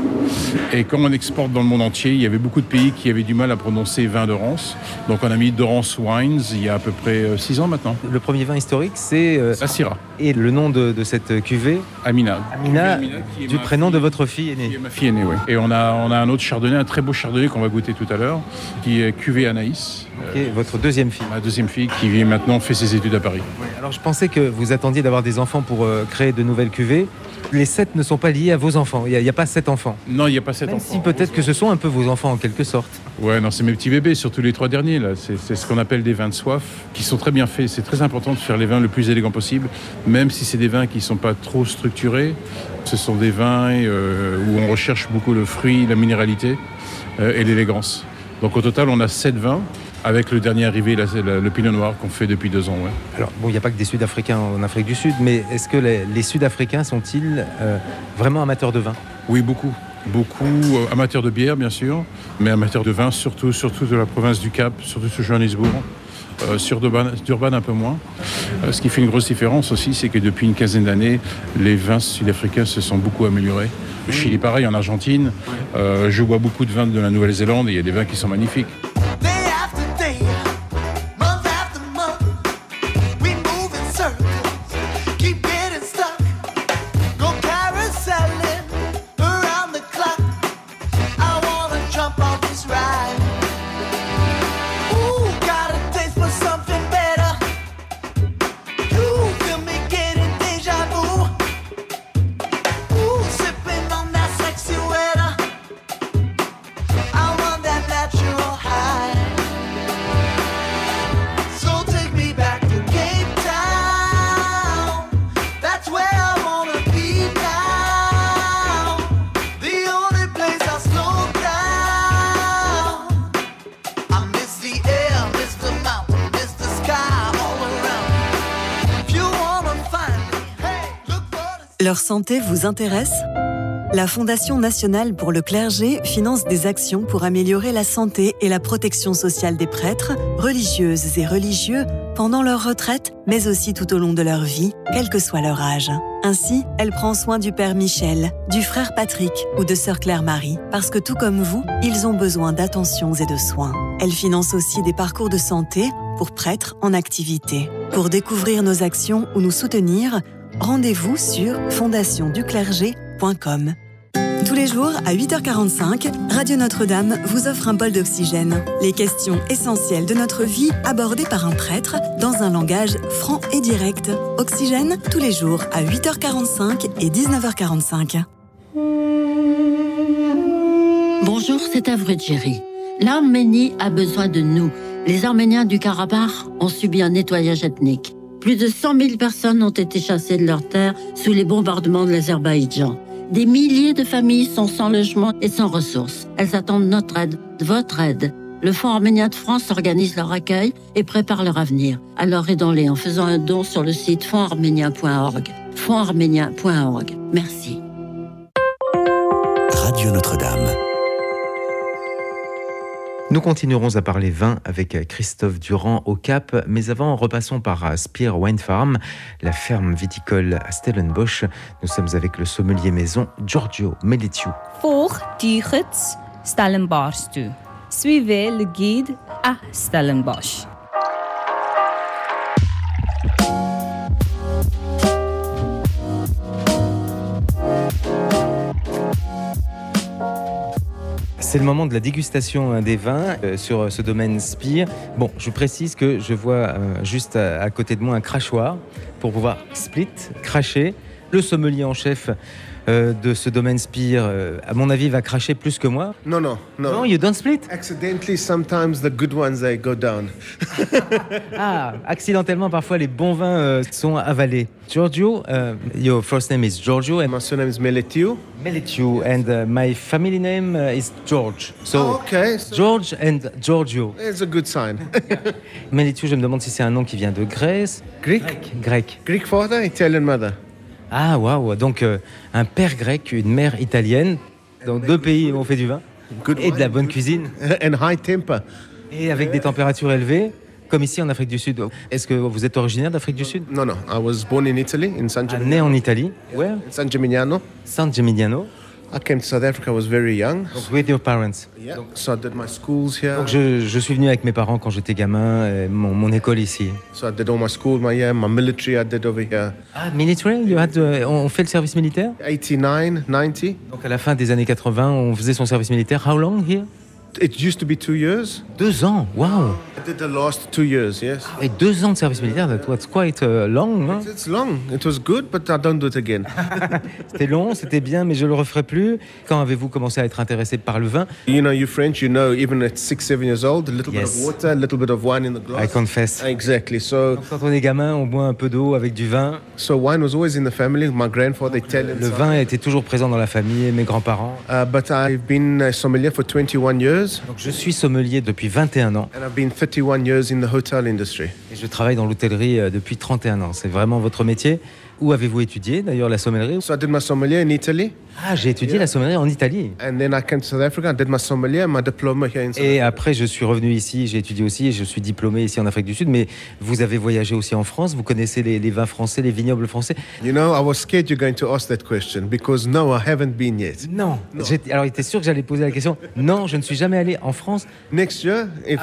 S10: Et comme on exporte dans le monde entier, il y avait beaucoup de pays qui avaient du mal à prononcer vin Dorance. Donc on a mis Dorance Wines il y a à peu près 6 ans maintenant.
S3: Le premier vin historique, c'est. euh,
S10: La Syrah,
S3: et le nom de, de cette cuvée,
S10: Amina.
S3: Amina,
S10: qui est
S3: du
S10: ma
S3: prénom de votre fille
S10: Qui est
S3: aînée.
S10: ma fille aînée, oui. Et on a, on a un autre chardonnay, un très beau chardonnay qu'on va goûter tout à l'heure, qui est cuvée Anaïs, euh,
S3: Qui est votre deuxième fille.
S10: ma deuxième fille, qui vit maintenant fait ses études à Paris.
S3: Alors je pensais que vous attendiez d'avoir des enfants pour euh, créer de nouvelles cuvées. Les sept ne sont pas liés à vos enfants. Il n'y a, il y a pas sept enfants.
S10: Non, il n'y a pas sept
S3: Même
S10: enfants.
S3: si peut-être que ce sont un peu vos enfants en quelque sorte.
S10: Ouais, non, c'est mes petits bébés, surtout les trois derniers, là. C'est c'est ce qu'on appelle des vins de soif, qui sont très bien faits. C'est très important de faire les vins le plus élégant possible, même si c'est des vins qui ne sont pas trop structurés. Ce sont des vins euh, où on recherche beaucoup le fruit, la minéralité euh, et l'élégance. Donc au total, on a sept vins, avec le dernier arrivé, la- la- le pinot noir qu'on fait depuis deux ans, ouais.
S3: Alors bon, il n'y a pas que des Sud-Africains en Afrique du Sud, mais est-ce que les, les Sud-Africains sont-ils euh, vraiment amateurs de vin
S10: Oui, beaucoup. Beaucoup euh, amateurs de bière, bien sûr, mais amateurs de vin, surtout, surtout de la province du Cap, surtout sur Johannesburg. Euh, sur Durban, Durban, un peu moins. Euh, ce qui fait une grosse différence aussi, c'est que depuis une quinzaine d'années, les vins sud-africains se sont beaucoup améliorés. Au Chili, pareil, en Argentine. Euh, je bois beaucoup de vins de la Nouvelle-Zélande et il y a des vins qui sont magnifiques.
S5: Day after day, month after month, we move in circles, keep getting stuck. Go carouseling around the clock. I wanna jump on this ride. Ooh, got a taste for something better. You feel me getting deja vu. Ooh, sipping on that sexy weather. I want that natural high. So take me back to Cape Town. That's where I wanna be now. The only place I slow down. I miss the air, miss the mountain, miss the sky all around. If you wanna find me, hey, look for the
S12: Leur santé vous intéresse La Fondation nationale pour le clergé finance des actions pour améliorer la santé et la protection sociale des prêtres, religieuses et religieux pendant leur retraite, mais aussi tout au long de leur vie, quel que soit leur âge. Ainsi, elle prend soin du Père Michel, du frère Patrick ou de Sœur Claire-Marie, parce que tout comme vous, ils ont besoin d'attentions et de soins. Elle finance aussi des parcours de santé pour prêtres en activité. Pour découvrir nos actions ou nous soutenir, Rendez-vous sur fondationduclergé.com. Tous les jours à 8h45, Radio Notre-Dame vous offre un bol d'oxygène. Les questions essentielles de notre vie abordées par un prêtre dans un langage franc et direct. Oxygène tous les jours à 8h45 et 19h45.
S13: Bonjour, c'est Avrudjeri. L'Arménie a besoin de nous. Les Arméniens du Karabakh ont subi un nettoyage ethnique. Plus de 100 000 personnes ont été chassées de leurs terres sous les bombardements de l'Azerbaïdjan. Des milliers de familles sont sans logement et sans ressources. Elles attendent notre aide, votre aide. Le Fonds arménien de France organise leur accueil et prépare leur avenir. Alors aidons-les en faisant un don sur le site fondsarménien.org. frontarménien.org. Merci.
S14: Radio Notre-Dame.
S3: Nous continuerons à parler vin avec euh, Christophe Durand au Cap, mais avant, repassons par euh, Spear Wine Farm, la ferme viticole à Stellenbosch. Nous sommes avec le sommelier maison Giorgio Meletiou.
S2: Volg die gids Stellenbosch toe. Suivez le guide à Stellenbosch.
S3: C'est le moment de la dégustation hein, des vins euh, sur euh, ce domaine Spire. Bon, je précise que je vois euh, juste à, à côté de moi un crachoir pour pouvoir split, cracher. Le sommelier en chef euh, de ce domaine Spire, euh, à mon avis, va cracher plus que moi.
S15: No, no, no.
S3: No, you don't split?
S15: Accidentally, sometimes the good ones, they go down.
S3: Ah, accidentellement, parfois, les bons vins euh, sont avalés. Giorgio, euh, your first name is Giorgio. And my
S15: surname is Meletiu.
S3: Meletiu, and uh, my family name uh, is George. So, Ah, okay. George and Giorgio.
S15: It's a good sign.
S3: Meletiu, je me demande si c'est un nom qui vient de Grèce. Grec Grec.
S15: Greek father, Italian mother.
S3: Ah, waouh Donc, euh, un père grec, une mère italienne, dans deux pays où on fait du vin. et de la bonne cuisine.
S15: And high temper.
S3: Et avec des températures élevées, comme ici en Afrique du Sud. Est-ce que vous êtes originaire d'Afrique du Sud Ah,
S15: No, no. I was born in Italy, in San Gimignano.
S3: Né en Italie. Where
S15: In San Gimignano.
S3: San Gimignano.
S15: I came to South Africa, I was very young.
S3: With your parents.
S15: Yeah. So I did my schools here.
S3: Donc, je, je suis venu avec mes parents quand j'étais gamin, et mon, mon école ici.
S15: So I did all my school, my year, my military I did over here.
S3: Ah, military you had, euh, On on fait le service militaire
S15: 89, 90.
S3: Donc à la fin des années 80, on faisait son service militaire. How long here
S15: It used to be two years.
S3: Deux ans, wow
S15: I did the last two years, yes.
S3: Et deux ans de service militaire, that was quite euh, long. hein.
S15: It's long. It was good, but I don't do it again.
S3: C'était long, c'était bien, mais je ne le referai plus. Quand avez-vous commencé à être intéressé par le vin
S15: You know, you French, you know, even at six, seven years old, a little bit
S3: Yes.
S15: of water, a little bit of wine in the glass.
S3: I confess.
S15: Exactly. So,
S3: Quand on est gamin, on boit un peu d'eau avec du vin.
S15: so wine was always in the family. My grandfather Italian.
S3: Le vin était toujours présent dans la famille, mes grands-parents. Ah,
S15: Uh, but I've been a sommelier for 21 years,
S3: Donc je suis sommelier depuis 21 ans
S15: and I've been 31 years in the hotel industry.
S3: et je travaille dans l'hôtellerie euh, depuis 31 ans. C'est vraiment votre métier. Où avez-vous étudié d'ailleurs la sommellerie
S15: So I did my sommelier in Italy,
S3: Ah, j'ai étudié Ah, la sommellerie en Italie.
S15: and then I came to South Africa. I did my sommelier, and my diploma here in South
S3: Et après, je suis revenu ici, j'ai étudié aussi, et je suis diplômé ici en Afrique du Sud, mais vous avez voyagé aussi en France, vous connaissez les, les vins français, les vignobles français.
S15: You know, I was scared you're going to ask that question because no, I haven't been yet.
S3: Non. J'étais- Alors, il était sûr que j'allais poser la question. Non, je ne suis jamais allé en France.
S15: Next year, if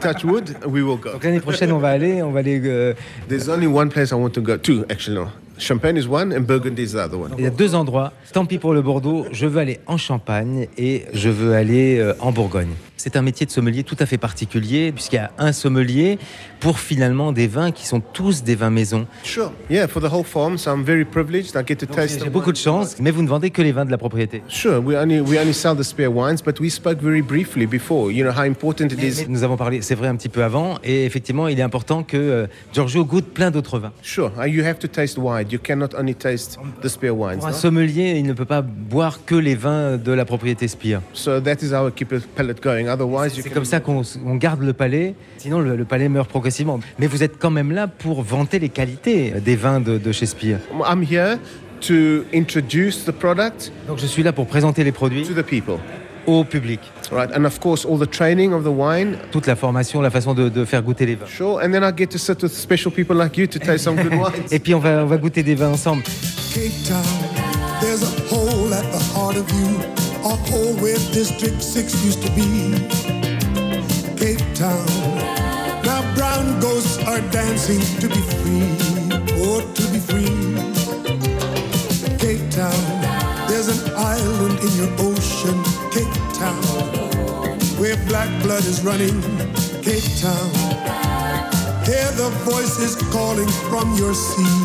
S15: touch wood, we will go.
S3: Donc, l'année prochaine, on va aller, on va aller. euh,
S15: There's only one place I want to go. Two, actually, no. Champagne is one, and Burgundy is the other one.
S3: Il y a deux endroits. Tant pis pour le Bordeaux, je veux aller en Champagne et je veux aller euh, en Bourgogne. C'est un métier de sommelier tout à fait particulier, puisqu'il y a un sommelier pour finalement des vins qui sont tous des vins maison.
S15: Sure. Yeah, for the whole farm, so I'm very privileged. I get to taste.
S3: J'ai
S15: the
S3: beaucoup
S15: wine.
S3: de chance, mais vous ne vendez que les vins de la propriété.
S15: Sure, we only we only sell the spare wines, but we spoke very briefly before. You know how important it
S3: Mais-
S15: is.
S3: mais nous avons parlé, c'est vrai, un petit peu avant, et effectivement, il est important que euh, Giorgio goûte plein d'autres vins.
S15: Sure, uh, you have to taste wide. You cannot only taste the spare wines. hein.
S3: Pour un
S15: no?
S3: sommelier, il ne peut pas boire que les vins de la propriété Spire.
S15: So that is how I keep a palate going. Otherwise, you
S3: C'est
S15: can.
S3: comme ça qu'on on garde le palais, sinon le, le palais meurt progressivement. Mais vous êtes quand même là pour vanter les qualités euh, des vins de, de chez Spire.
S15: I'm here to introduce the product
S3: Donc je suis là pour présenter les produits
S15: to the people,
S3: au public.
S15: right? And of course, all the training of the wine.
S3: Toute la formation, la façon de, de faire goûter les vins.
S15: Sure, and then I get to sit with special people like you to taste some good wine.
S3: Et puis on va, on va goûter des vins ensemble.
S5: Cape Town, there's a hole at the heart of you, a hole where District 6 used to be. Cape Town, now brown ghosts are dancing to be free, or to be free. Cape Town, there's an island in your ocean, Cape Town, where black blood is running, Cape Town. Hear the voices calling from your sea,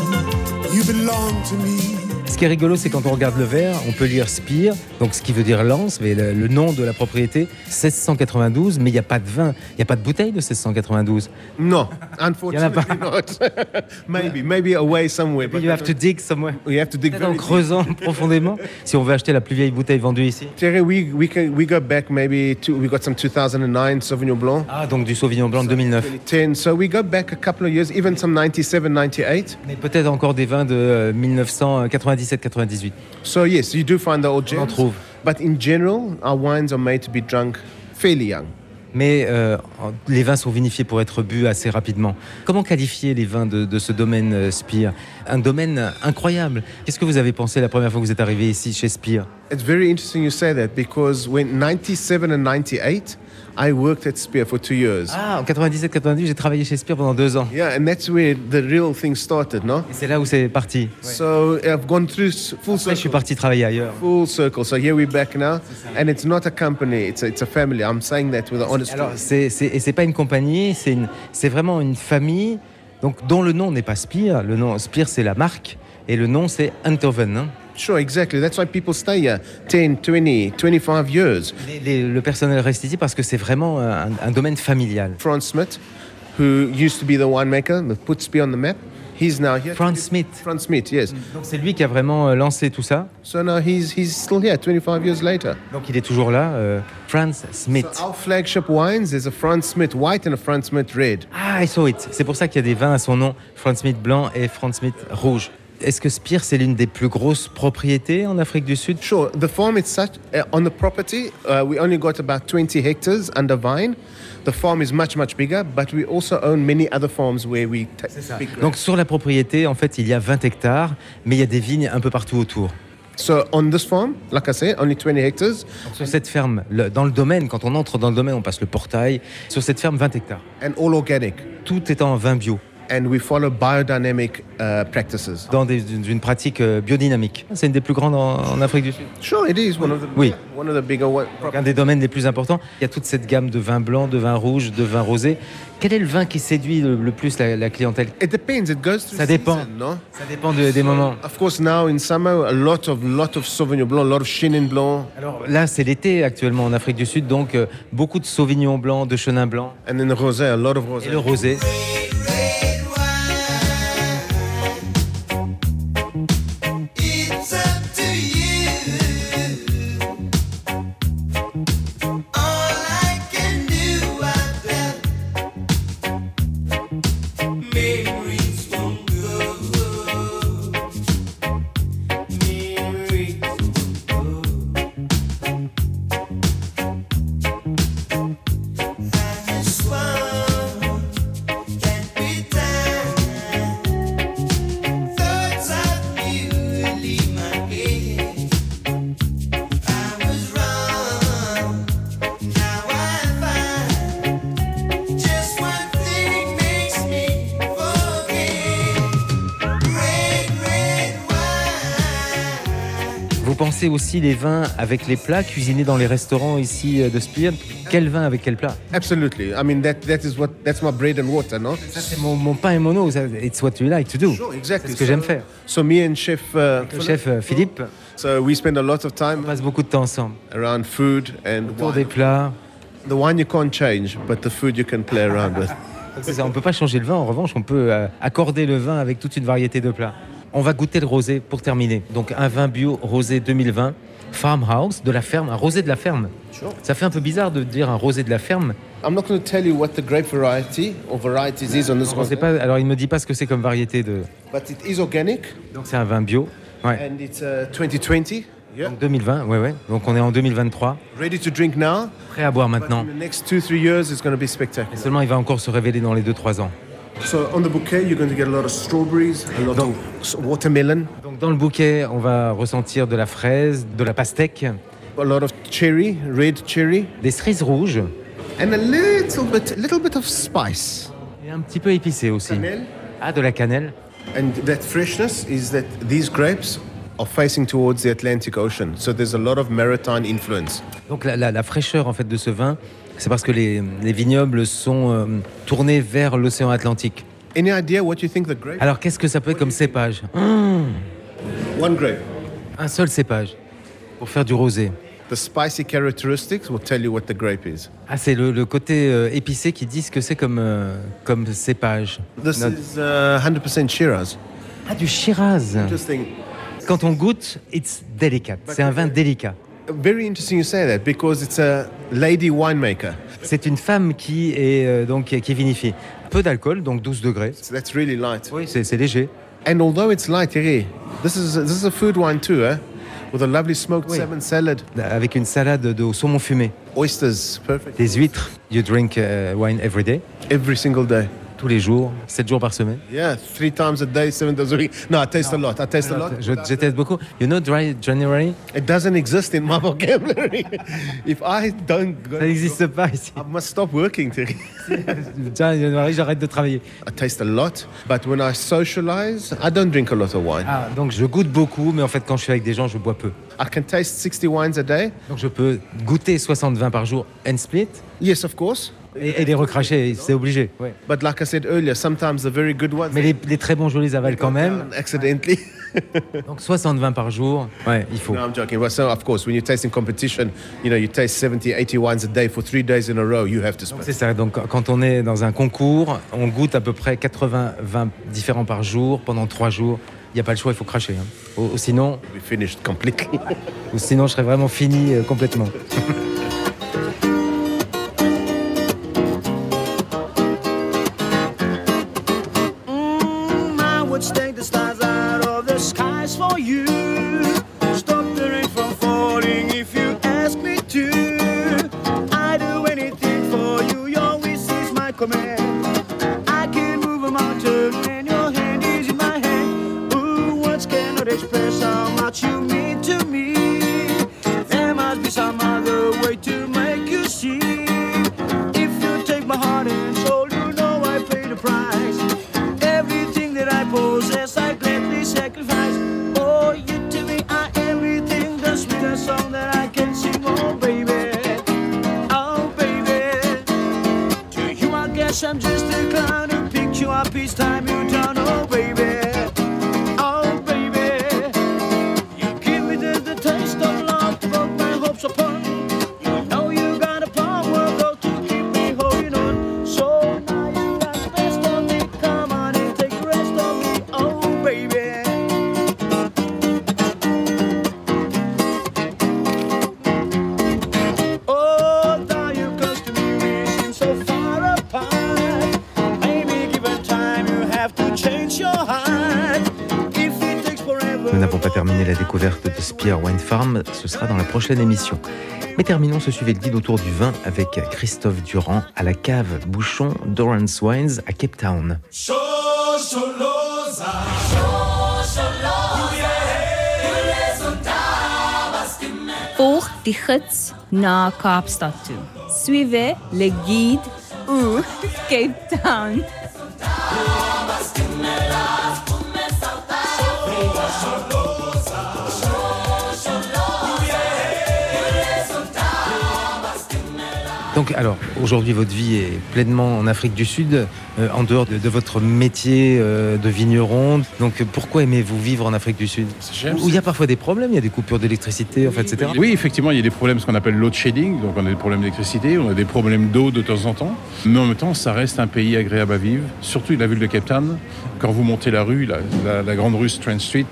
S5: you belong to me.
S3: Ce Ce qui est rigolo, c'est quand on regarde le verre, on peut lire Spire, donc ce qui veut dire lance, mais le, le nom de la propriété, 1692, mais il n'y a pas de vin, il n'y a pas de bouteille de 1692.
S15: No,
S3: Il y en a pas.
S15: unfortunately not. maybe, maybe away somewhere. But
S3: you have to dig somewhere.
S15: You have to dig
S3: En
S15: very deep.
S3: creusant profondément, si on veut acheter la plus vieille bouteille vendue ici.
S15: Jerry, we we can, we got back maybe to, we got some 2009 Sauvignon Blanc.
S3: Ah, donc du Sauvignon Blanc de 2009.
S15: 10, so we got back a couple of years, even some 97, 98.
S3: Mais peut-être encore des vins de euh, 1997-98.
S15: So yes, you do find the old
S3: On en
S15: gems.
S3: trouve.
S15: But in general, our wines are made to be drunk fairly young.
S3: Mais euh, en- les vins sont vinifiés pour être bu assez rapidement. Comment qualifier les vins de, de ce domaine euh, Spire Un domaine incroyable. Qu'est-ce que vous avez pensé la première fois que vous êtes arrivé ici chez Spire
S15: It's very interesting you say that because when 97 and 98, I worked at Spear for two years.
S3: Ah, en 97-98, j'ai travaillé chez Spire pendant deux ans.
S15: Yeah, and that's where the real thing started, no?
S3: C'est là où c'est parti.
S15: So I've gone through s- full circle.
S3: Je suis parti travailler ailleurs.
S15: Full circle. So here we're back now, uh, and it's not a company; it's a, it's a family. I'm saying that with an honest.
S3: Alors, c'est, c'est- et c'est pas une compagnie, c'est, une- c'est vraiment une famille donc, dont le nom n'est pas Spire. Le nom Spire, c'est la marque et le nom, c'est Eindhoven. hein.
S15: Sure, exactly. That's why people stay uh, here 10, 20, 25 years.
S3: Les- les- le personnel reste ici parce que c'est vraiment euh, un, un domaine familial.
S15: Franz Smith, who used to be the winemaker that put Spear on the map, he's now here.
S3: Franz Smith.
S15: Franz Smith, yes.
S3: Donc, c'est lui qui a vraiment euh, lancé tout ça.
S15: So now he's, he's still here 25 years later.
S3: Donc, il est toujours là, euh, Franz Smith.
S15: So our flagship wines is a Franz Smith white and a Franz Smith red.
S3: Ah, I saw it. C'est pour ça qu'il y a des vins à son nom, Franz Smith blanc et Franz Smith rouge. Est-ce que Spire, c'est l'une des plus grosses propriétés en Afrique du Sud
S15: Sure. The farm is such uh, on the property. Uh, we only got about 20 hectares under vine. The farm is much much bigger, but we also own many other farms where we take.
S3: Donc, sur la propriété, en fait, il y a 20 hectares, mais il y a des vignes un peu partout autour.
S15: So on this farm, like I said, only 20 hectares,
S3: Donc, sur cette ferme, le- dans le domaine, quand on entre dans le domaine, on passe le portail. Sur cette ferme, 20 hectares.
S15: and all organic.
S3: Tout est en vin bio.
S15: And we follow biodynamic uh, practices.
S3: Dans des- une une pratique euh, biodynamique. C'est une des plus grandes en, en Afrique du Sud.
S15: Sure, it is one of the
S3: Oui.
S15: one of the bigger one.
S3: Donc, un des domaines les plus importants. Il y a toute cette gamme de vins blancs, de vins rouges, de vins rosés. Quel est le vin qui séduit le, le plus la, la clientèle
S15: It depends. It goes through
S3: Ça dépend.
S15: season, no?
S3: Ça dépend de- des moments.
S15: Of course, now in summer, a lot of lot of Sauvignon Blanc, a lot of Chenin Blanc.
S3: Alors là, c'est l'été actuellement en Afrique du Sud, donc euh, beaucoup de Sauvignon blanc, de Chenin blanc.
S15: And then rosé, a lot of rosé.
S3: Et le rosé.
S5: It's up to you. All I can do, I've done. Memories won't go. Memories won't go. I have sworn that with time, thoughts of you leave my head. I was wrong. Now I find just one thing makes me forget. Red, red wine.
S3: Vous pensez aussi les vins avec les plats cuisinés dans les restaurants ici euh, de Spire Quel vin avec quel plat
S15: Absolutely. I mean that that is what that's my bread and water, no?
S3: C'est mon, mon pain et mon eau, ça, it's what you like to do.
S15: Sure, exactly.
S3: C'est ce que j'aime faire.
S15: So me and chef uh,
S3: Le chef euh, Philippe,
S15: So we spend a lot of
S3: on
S15: time
S3: passe beaucoup de temps ensemble.
S15: around food and
S3: Autour des
S15: wine.
S3: plats.
S15: The wine you can't change, but the food you can play around with.
S3: C'est ça, on ne peut pas changer le vin, en revanche, on peut euh, accorder le vin avec toute une variété de plats. On va goûter le rosé pour terminer. Donc un vin bio rosé 2020, farmhouse, de la ferme, un rosé de la ferme. Ça fait un peu bizarre de dire un rosé de la ferme.
S15: I'm not going to tell you what the grape variety or varieties is on this
S3: On sait
S15: one,
S3: pas, alors il ne me dit pas ce que c'est comme variété de...
S15: but it is organic
S3: Donc c'est un vin bio. Ouais.
S15: and it's uh, 2020. Yeah.
S3: Donc 2020, ouais, ouais. Donc on est en 2023,
S15: Ready to drink now.
S3: prêt à boire
S15: But
S3: maintenant.
S15: in the next two three years, it's going to be
S3: Et
S15: spectacular.
S3: seulement il va encore se révéler dans les 2-3 ans.
S15: So on the bouquet, you're going to get a lot of strawberries, a lot of s- watermelon,
S3: Donc dans le bouquet, on va ressentir de la fraise, de la pastèque,
S15: a lot of cherry, red cherry,
S3: des cerises rouges
S15: and a little bit, little bit of spice.
S3: et un petit peu épicé aussi.
S15: Cannelle.
S3: Ah, de la cannelle.
S15: And that freshness is that these grapes are facing towards the Atlantic Ocean, so there's a lot of maritime influence.
S3: Donc la, la- la fraîcheur en fait de ce vin, c'est parce que les, les vignobles sont euh, tournés vers l'océan Atlantique.
S15: Any idea what you think the grape?
S3: Alors qu'est-ce que ça peut être comme cépage Hum,
S15: One grape.
S3: Un seul cépage pour faire du rosé.
S15: The spicy characteristics will tell you what the grape is.
S3: Ah, c'est le, le côté euh, épicé qui dit ce que c'est comme, euh, comme cépage.
S15: This
S3: Note.
S15: is uh, 100% Shiraz.
S3: Ah, du Shiraz.
S15: Interesting.
S3: Quand on goûte, it's delicate. C'est un vin délicat.
S15: Very interesting you say that because it's a lady winemaker.
S3: C'est une femme qui est euh, donc qui qui vinifie. Peu d'alcool, donc 12 degrés.
S15: So that's really light.
S3: C'est c'est léger.
S15: And although it's light here, this is this is a food wine too, eh? With a lovely smoked salmon salad,
S3: Avec une salade de au saumon fumé.
S15: oysters, perfect.
S3: Des huîtres. You drink euh, wine every day.
S15: Every single day.
S3: Tous les jours, 7 jours par semaine.
S15: Yeah, three times a day, seven days a week. No, I taste a lot. I taste a lot.
S3: Je, je teste beaucoup. You know dry January?
S15: It doesn't exist in my vocabulary. if I don't go,
S3: Ça n'existe pas ici.
S15: I Ah, must stop working, Thierry.
S3: January, j'arrête de travailler.
S15: I taste a lot, but when I socialize, I don't drink a lot of wine.
S3: Ah, donc je goûte beaucoup, mais en fait, quand je suis avec des gens, je bois peu.
S15: I can taste 60 wines a day.
S3: Donc je peux goûter 60 vins par jour and split
S15: Yes, of course.
S3: et, et les recracher, c'est obligé. ouais.
S15: But like I said earlier, sometimes the very good ones
S3: Mais les, les très bons, je les avale quand même.
S15: accidentally.
S3: Donc 60 vins par jour, ouais, il faut.
S15: No, I'm joking. Well, so of course, when you taste in competition, you know, you taste 70, 80 wines a day for three days in a row. You have to
S3: C'est
S15: spend.
S3: ça, donc quand on est dans un concours, on goûte à peu près 80 vins différents par jour pendant 3 jours. Il n'y a pas le choix, il faut cracher. hein. Ou- ou sinon,
S15: We finished completely.
S3: ou sinon, je serais vraiment fini euh, complètement.
S11: I would take the stars out of the skies for you. Stop the rain from falling if you ask me to. I do anything for you, your wish is my command. I can move a mountain and your hand is in my hand. Ooh, words cannot express how much you mean to me. There must be some other way to make you see. If you take my heart and soul, you know I pay the price. Everything that I possess, I gladly sacrifice. Oh, you to me are everything, the sweetest song that I can sing. Oh, baby, oh, baby. To you, I guess I'm just a clown who picked you up each time you down. Oh, baby, oh, baby. You give me the, the taste of love, broke my hopes upon. You know you got a power, though, to keep me holding on. So now you got the best of me. Come on and take the rest of me. Oh, baby. Oh, now you close to me, we seem so far apart. Maybe given time, you have to change your heart. If it takes forever.
S3: Nous n'avons pas terminé la découverte de Spear Wine Farm, ce sera dans la prochaine émission. Mais terminons ce suivi de guide autour du vin avec Christophe Durand à la cave Bouchon d'Orange Wines à Cape Town.
S5: Shosholoza.
S2: Volg die gids na Kaapstad toe. Suive le guide oor Cape Town.
S3: Donc alors, aujourd'hui votre vie est pleinement en Afrique du Sud, euh, en dehors de, de votre métier euh, de vigneron. Donc euh, pourquoi aimez-vous vivre en Afrique du Sud
S10: cher,
S3: Où il y a parfois des problèmes, il y a des coupures d'électricité, en fait, etc.
S10: Oui, effectivement, il y a des problèmes, ce qu'on appelle load shedding. Donc, on a des problèmes d'électricité, on a des problèmes d'eau de temps en temps. Mais en même temps, ça reste un pays agréable à vivre. Surtout la ville de Cape Town. Quand vous montez la rue, la, la- la grande rue Strand Street,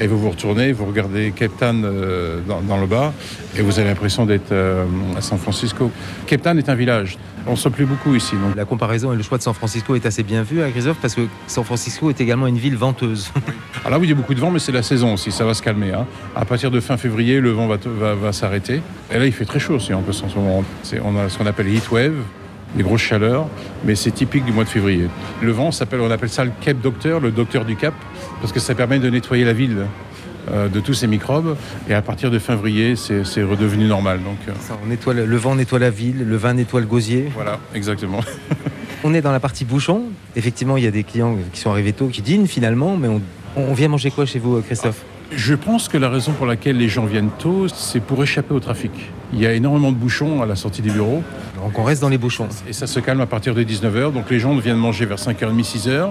S10: et vous vous retournez, vous regardez Cape Town euh, dans, dans le bas, et vous avez l'impression d'être euh, à San Francisco. Cape Town est un village. On se plaît beaucoup ici. donc.
S3: La comparaison et le choix de San Francisco est assez bien vu à Christophe parce que San Francisco est également une ville venteuse.
S10: Alors Ah, là, oui, il y a beaucoup de vent, mais c'est la saison aussi, ça va se calmer. hein. À partir de fin février, le vent va, te- va- va s'arrêter. Et là, il fait très chaud aussi, en plus, en ce moment. C'est- on a ce qu'on appelle heat wave, les grosses chaleurs, mais c'est typique du mois de février. Le vent, s'appelle, on appelle ça le Cape Docteur, le docteur du Cap, parce que ça permet de nettoyer la ville euh, de tous ces microbes. Et à partir de fin février, c'est c'est redevenu normal. Donc, euh,
S3: Ça, on nettoie le, le vent nettoie la ville, le vin nettoie le gosier.
S10: voilà, exactement.
S3: On est dans la partie bouchon. Effectivement, il y a des clients qui sont arrivés tôt qui dînent finalement, mais on, on vient manger quoi chez vous, euh, Christophe
S10: Je pense que la raison pour laquelle les gens viennent tôt, c'est pour échapper au trafic. Il y a énormément de bouchons à la sortie des bureaux.
S3: Donc on reste dans les bouchons.
S10: Et ça se calme à partir de 19h. Donc les gens viennent manger vers 5h30, 6h.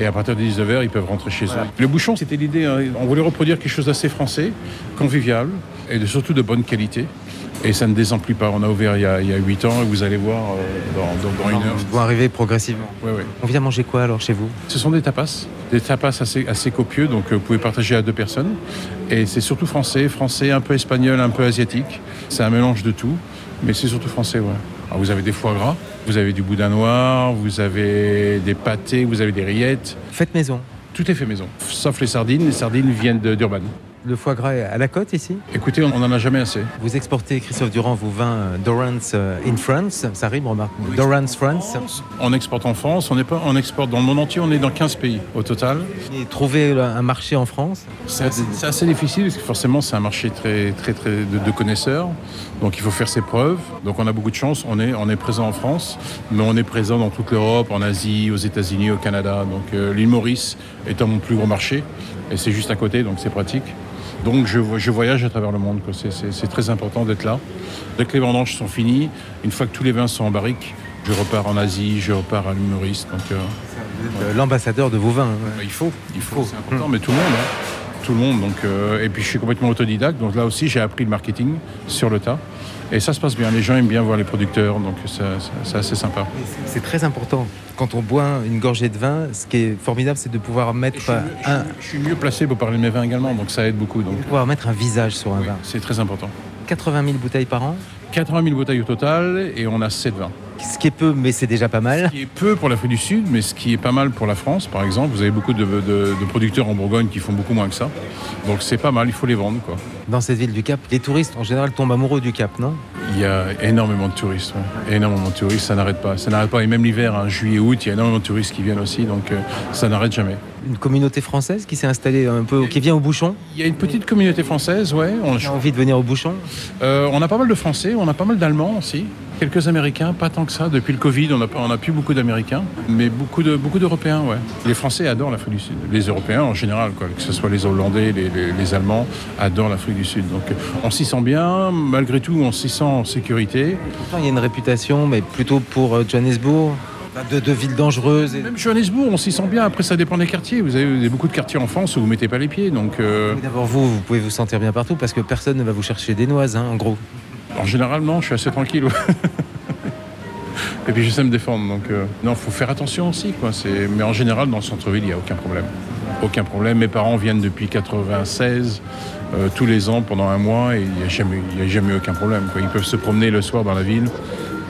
S10: Et à partir de 19h, ils peuvent rentrer chez eux. Le bouchon, c'était l'idée. hein. On voulait reproduire quelque chose d'assez français, convivial et de- surtout de bonne qualité. Et ça ne désemplit pas. On a ouvert il y a, il y a 8 ans et vous allez voir euh, dans, dans- dans une heure.
S3: Vous arrivez progressivement. On vient manger quoi alors chez vous
S10: Ce sont des tapas, des tapas assez, assez copieux, donc euh, vous pouvez partager à deux personnes. Et c'est surtout français, français, un peu espagnol, un peu asiatique. C'est un mélange de tout, mais c'est surtout français, ouais. Alors, vous avez des foie gras, vous avez du boudin noir, vous avez des pâtés, vous avez des rillettes.
S3: Faites maison.
S10: Tout est fait maison, sauf les sardines. Les sardines viennent de- d'Urban.
S3: Le foie gras est à la côte ici
S10: Écoutez, on n'en a jamais assez.
S3: Vous exportez, Christophe Durand, vos vins euh, Dorrance euh, in France. Ça rime, remarque. Dorrance France.
S10: On exporte en France, on, est pas, on exporte dans le monde entier, on est dans 15 pays au total.
S3: Et trouver là, un marché en France
S10: C'est assez, c'est assez difficile parce que forcément c'est un marché très très très de, de connaisseurs, donc il faut faire ses preuves. Donc on a beaucoup de chance, on est on est présent en France, mais on est présent dans toute l'Europe, en Asie, aux États-Unis, au Canada. Donc euh, l'île Maurice est mon plus gros marché et c'est juste à côté, donc c'est pratique. Donc je, vo- je voyage à travers le monde, quoi. C'est- c'est c'est très important d'être là. Dès que les vendanges sont finies, une fois que tous les vins sont en barrique, je repars en Asie, je repars à l'île Maurice. Donc euh,
S3: Euh, L'ambassadeur de vos vins. hein.
S10: bah, Il faut, il faut, c'est important, mais tout le monde. hein. Tout le monde. Donc, euh, et puis je suis complètement autodidacte, donc là aussi j'ai appris le marketing sur le tas. Et ça se passe bien, les gens aiment bien voir les producteurs, donc ça- ça- c'est assez sympa.
S3: C'est très important. Quand on boit une gorgée de vin, ce qui est formidable, c'est de pouvoir mettre euh, un,
S10: Je suis mieux placé pour parler de mes vins également, donc ça aide beaucoup. Donc
S3: pouvoir mettre un visage sur un vin.
S10: c'est très important.
S3: 80 000 bouteilles par an,
S10: 80 000 bouteilles au total et on a 7 vins.
S3: ce qui est peu, mais c'est déjà pas mal.
S10: Ce qui est peu pour l'Afrique du Sud, mais ce qui est pas mal pour la France, par exemple. Vous avez beaucoup de, de- de producteurs en Bourgogne qui font beaucoup moins que ça. Donc c'est pas mal, il faut les vendre. quoi.
S3: Dans cette ville du Cap, les touristes en général tombent amoureux du Cap, non
S10: Il y a énormément de touristes, ouais. énormément de touristes, ça n'arrête pas. Ça n'arrête pas, et même l'hiver, hein, juillet, août, il y a énormément de touristes qui viennent aussi, donc euh, ça n'arrête jamais.
S3: Une communauté française qui s'est installée un peu, qui vient au bouchon
S10: Il y a une petite communauté française, ouais. On,
S3: a envie de venir au bouchon
S10: Euh, on a pas mal de Français, on a pas mal d'Allemands aussi. Quelques Américains, pas tant que ça. Depuis le Covid, on n'a on a plus beaucoup d'Américains, mais beaucoup de beaucoup d'Européens, ouais. Les Français adorent l'Afrique du Sud. Les Européens en général, quoi, que ce soit les Hollandais, les, les- les Allemands, adorent l'Afrique du Sud. Donc euh, on s'y sent bien, malgré tout, on s'y sent en sécurité.
S3: Pourtant, il y a une réputation, mais plutôt pour euh, Johannesburg, de, de ville dangereuse. Et...
S10: Même Johannesburg, on s'y sent bien. Après, ça dépend des quartiers. Vous avez vous avez beaucoup de quartiers en France où vous mettez pas les pieds, donc. euh,
S3: D'abord, vous, vous pouvez vous sentir bien partout parce que personne ne va vous chercher des noises, hein, en gros.
S10: En général, non, je suis assez tranquille. ouais. Et puis je sais me défendre, donc euh, non, faut faire attention aussi. Quoi. C'est- Mais en général, dans le centre-ville, il n'y a aucun problème. Aucun problème. Mes parents viennent depuis 96, euh, tous les ans pendant un mois, et il n'y a, jamais- il y a jamais eu aucun problème. quoi. Ils peuvent se promener le soir dans la ville,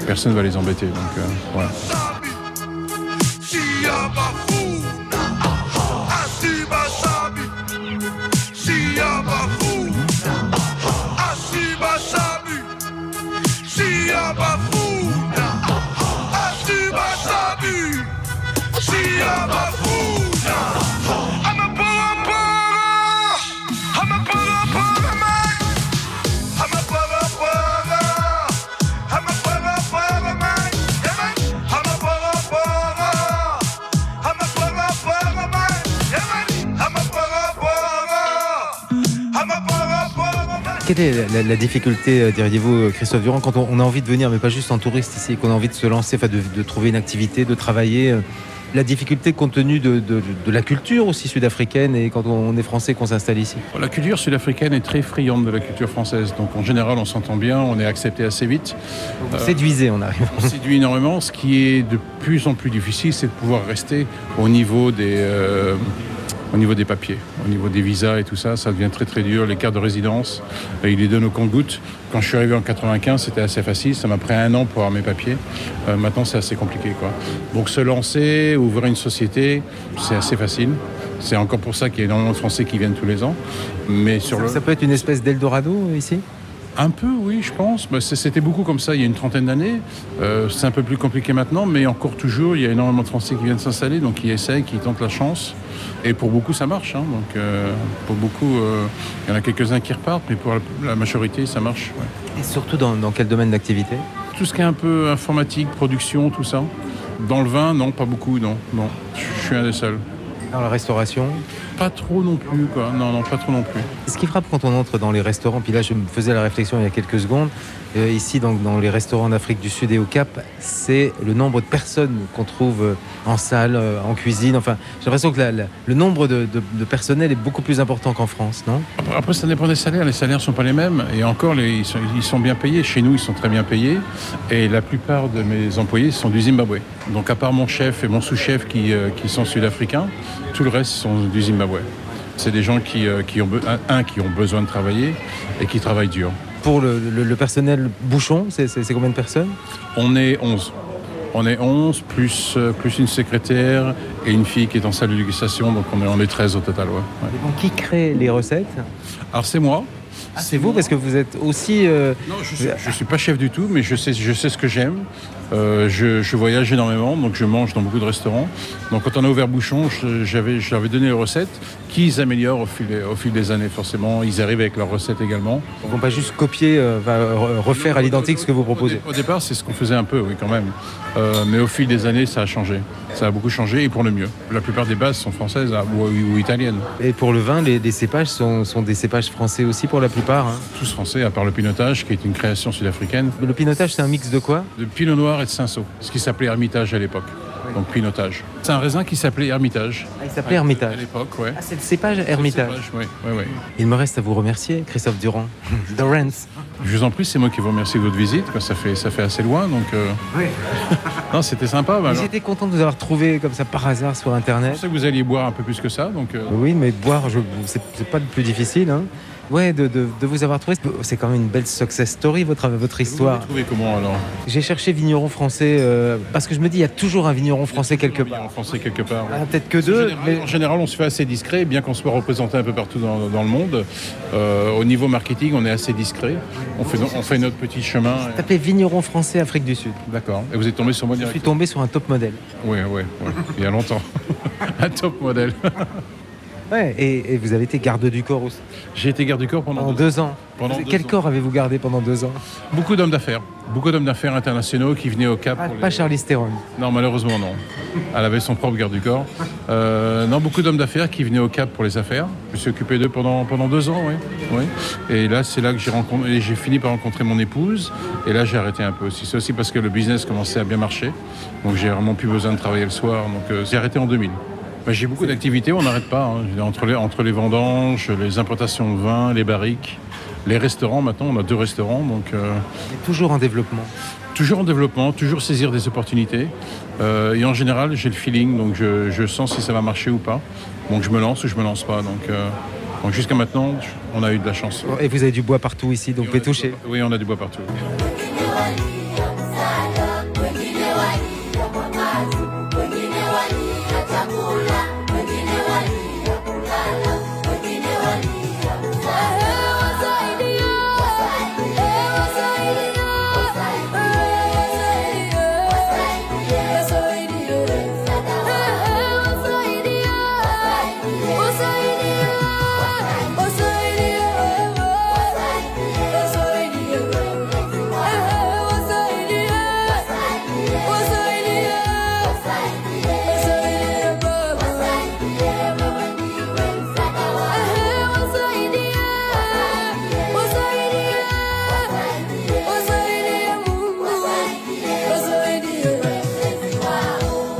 S10: personne ne va les embêter. Donc euh, voilà.
S5: She a buffoon. I see wasabi. She a buffoon. I see wasabi. She a buffoon. I see wasabi. She a buffoon. I'm a baba baba. I'm a baba baba man. I'm a baba baba. I'm a baba baba man. Yeah, man. I'm a baba baba. I'm a bugger, bugger man. Yeah, man. I'm a bugger, bugger. I'm a bugger, bugger man.
S3: Quelle est la, la- la difficulté, euh, diriez-vous, euh, Christophe Durand, quand on, on a envie de venir, mais pas juste en touriste ici, qu'on a envie de se lancer, enfin, de, de trouver une activité, de travailler euh, La difficulté compte tenu de, de- de la culture aussi sud-africaine et quand on est français qu'on s'installe ici
S10: La culture sud-africaine est très friande de la culture française, donc en général, on s'entend bien, on est accepté assez vite. Euh,
S3: Vous séduisez en arrivant.
S10: On séduit énormément. Ce qui est de plus en plus difficile, c'est de pouvoir rester au niveau des, euh, au niveau des papiers, au niveau des visas et tout ça. Ça devient très très dur. Les cartes de résidence, euh, ils les donnent au compte-gouttes. Quand je suis arrivé en 95, c'était assez facile. Ça m'a pris un an pour avoir mes papiers. Euh, maintenant, c'est assez compliqué. Quoi. Donc se lancer, ouvrir une société, c'est assez facile. C'est encore pour ça qu'il y a énormément de Français qui viennent tous les ans. Mais sur le...
S3: Ça peut être une espèce d'Eldorado euh, ici
S10: Un peu, oui, je pense. Bah, c'est- C'était beaucoup comme ça il y a une trentaine d'années. Euh, c'est un peu plus compliqué maintenant, mais encore toujours, il y a énormément de Français qui viennent s'installer, donc qui essayent, qui tentent la chance. Et pour beaucoup, ça marche. hein. Donc, euh, pour beaucoup, euh, il y en a quelques-uns qui repartent, mais pour la, la majorité, ça marche. ouais.
S3: Et surtout dans, dans quel domaine d'activité
S10: Tout ce qui est un peu informatique, production, tout ça. Dans le vin, non, pas beaucoup, non. non. Je suis un des seuls.
S3: Dans la restauration
S10: Pas trop non plus, quoi. Non, non, pas trop non plus.
S3: Ce qui frappe quand on entre dans les restaurants, puis là je me faisais la réflexion il y a quelques secondes, euh, ici donc, dans les restaurants en Afrique du Sud et au Cap, c'est le nombre de personnes qu'on trouve euh, en salle, euh, en cuisine. Enfin, j'ai l'impression que la- la- le nombre de, de- de personnel est beaucoup plus important qu'en France, non
S10: Après, ça dépend des salaires. Les salaires ne sont pas les mêmes. Et encore, les- ils, sont, ils sont bien payés. Chez nous, ils sont très bien payés. Et la plupart de mes employés sont du Zimbabwe. Donc, à part mon chef et mon sous-chef qui, euh, qui sont sud-africains, tout le reste sont du Zimbabwe. C'est des gens qui, euh, qui ont, be- un, un, qui ont besoin de travailler et qui travaillent dur.
S3: Pour le, le- le personnel bouchon, c'est- c'est c'est combien de personnes
S10: On est 11. On est 11, plus, euh, plus une secrétaire et une fille qui est en salle de dégustation. Donc, on est, on est 13 au total. ouais. Ouais.
S3: Qui crée les recettes
S10: Alors, c'est moi.
S3: Ah, c'est vous parce que vous êtes aussi. euh,
S10: Non, je suis, je suis pas chef du tout, mais je sais, je sais ce que j'aime. Euh, je, je voyage énormément, donc je mange dans beaucoup de restaurants. Donc quand on a ouvert Bouchon, je, j'avais, je leur avais donné les recettes, qu'ils améliorent au fil, des- au fil des années forcément. Ils arrivent avec leurs recettes également.
S3: Ils vont pas juste copier, euh, va re- refaire à l'identique ce que vous proposez.
S10: Au départ, c'est ce qu'on faisait un peu, oui, quand même. Euh, mais au fil des années, ça a changé. Ça a beaucoup changé et pour le mieux. La plupart des bases sont françaises ah, ou, ou italiennes.
S3: Et pour le vin, les, les cépages sont, sont des cépages français aussi pour la plupart. hein.
S10: Tous français, à part le pinotage, qui est une création sud-africaine.
S3: Le pinotage, c'est un mix de quoi
S10: De pinot noir et de cinsault, ce qui s'appelait Hermitage à l'époque. Donc pinotage. C'est un raisin qui s'appelait Hermitage.
S3: il s'appelait Hermitage.
S10: À l'époque, ouais. Ah,
S3: c'est le cépage Hermitage.
S10: Oui, oui, oui.
S3: Il me reste à vous remercier, Christophe Durand. Dorance.
S10: Je vous en prie, c'est moi qui vous remercie de votre visite. quoi. Ça fait, ça fait assez loin, donc. euh, non, c'était sympa. bah, alors.
S3: J'étais content de vous avoir trouvé comme ça par hasard sur
S10: Je
S3: Internet.
S10: pensais que vous alliez boire un peu plus que ça, donc. euh,
S3: Oui, mais boire, je- c'est c'est pas le plus difficile. hein. Ouais, de, de- de vous avoir trouvé, c'est quand même une belle success story, votre, votre histoire.
S10: Vous trouvez comment alors
S3: J'ai cherché vigneron français, euh, parce que je me dis, il y a toujours un vigneron français quelque part. Ah,
S10: En français quelque part. ouais.
S3: peut-être que
S10: Parce
S3: deux,
S10: général- En général, on se fait assez discret, bien qu'on soit représenté un peu partout dans, dans le monde. Euh, au niveau marketing, on est assez discret. On fait, on fait notre petit chemin.
S3: Tapez vigneron français Afrique du Sud.
S10: D'accord. Et vous êtes tombé sur moi
S3: Je suis
S10: directement
S3: tombé sur un top modèle.
S10: Oui, oui, oui. Il y a longtemps. Un top modèle.
S3: Ouais, et, et vous avez été garde du corps aussi.
S10: J'ai été garde du corps pendant,
S3: Pendant deux ans.
S10: Pendant
S3: Vous-
S10: deux
S3: Quel
S10: ans.
S3: corps avez-vous gardé pendant deux ans
S10: Beaucoup d'hommes d'affaires. Beaucoup d'hommes d'affaires internationaux qui venaient au Cap.
S3: Pas,
S10: pour les-
S3: Ah, pas Charlie Theron.
S10: Non, malheureusement, non. Elle avait son propre garde du corps. Euh, non, beaucoup d'hommes d'affaires qui venaient au Cap pour les affaires. Je me suis occupé d'eux pendant, pendant deux ans, oui. oui. Et là, c'est là que j'ai rencontré, et j'ai fini par rencontrer mon épouse. Et là, j'ai arrêté un peu aussi. C'est aussi parce que le business commençait à bien marcher. Donc, j'ai vraiment plus besoin de travailler le soir. Donc, euh, j'ai arrêté en 2000. Ben, j'ai beaucoup d'activités, on n'arrête pas. hein. Je veux dire, Entre, les, entre les vendanges, les importations de vin, les barriques, les restaurants, maintenant, on a deux restaurants. Donc, euh,
S3: Toujours en développement.
S10: Toujours en développement, toujours saisir des opportunités. Euh, et en général, j'ai le feeling, donc je, je sens si ça va marcher ou pas. Donc je me lance ou je me lance pas. Donc, euh, donc jusqu'à maintenant, je- on a eu de la chance.
S3: Et vous avez du bois partout ici, donc vous pouvez toucher.
S10: Oui, on a du bois partout.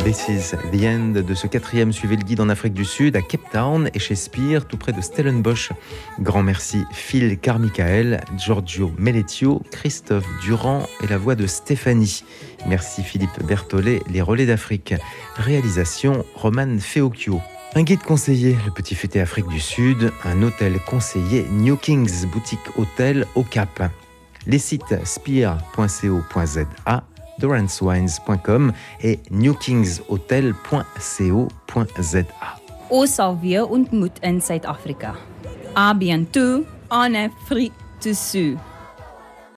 S3: This is the end de ce quatrième Suivez le guide en Afrique du Sud à Cape Town et chez Spire, tout près de Stellenbosch. Grand merci Phil Carmichael, Giorgio Melletio, Christophe Durand et la voix de Stéphanie. Merci Philippe Berthollet, Les Relais d'Afrique. Réalisation Romane Feocchio. Un guide conseiller, le Petit Futé Afrique du Sud, un hôtel conseiller New Kings, boutique hôtel au Cap. Les sites spire.co.za, doranswines.com et newkingshotel.co.za.
S2: Ons sal weer ontmoet in Suid-Afrika. A bientôt en Afrique du Sud.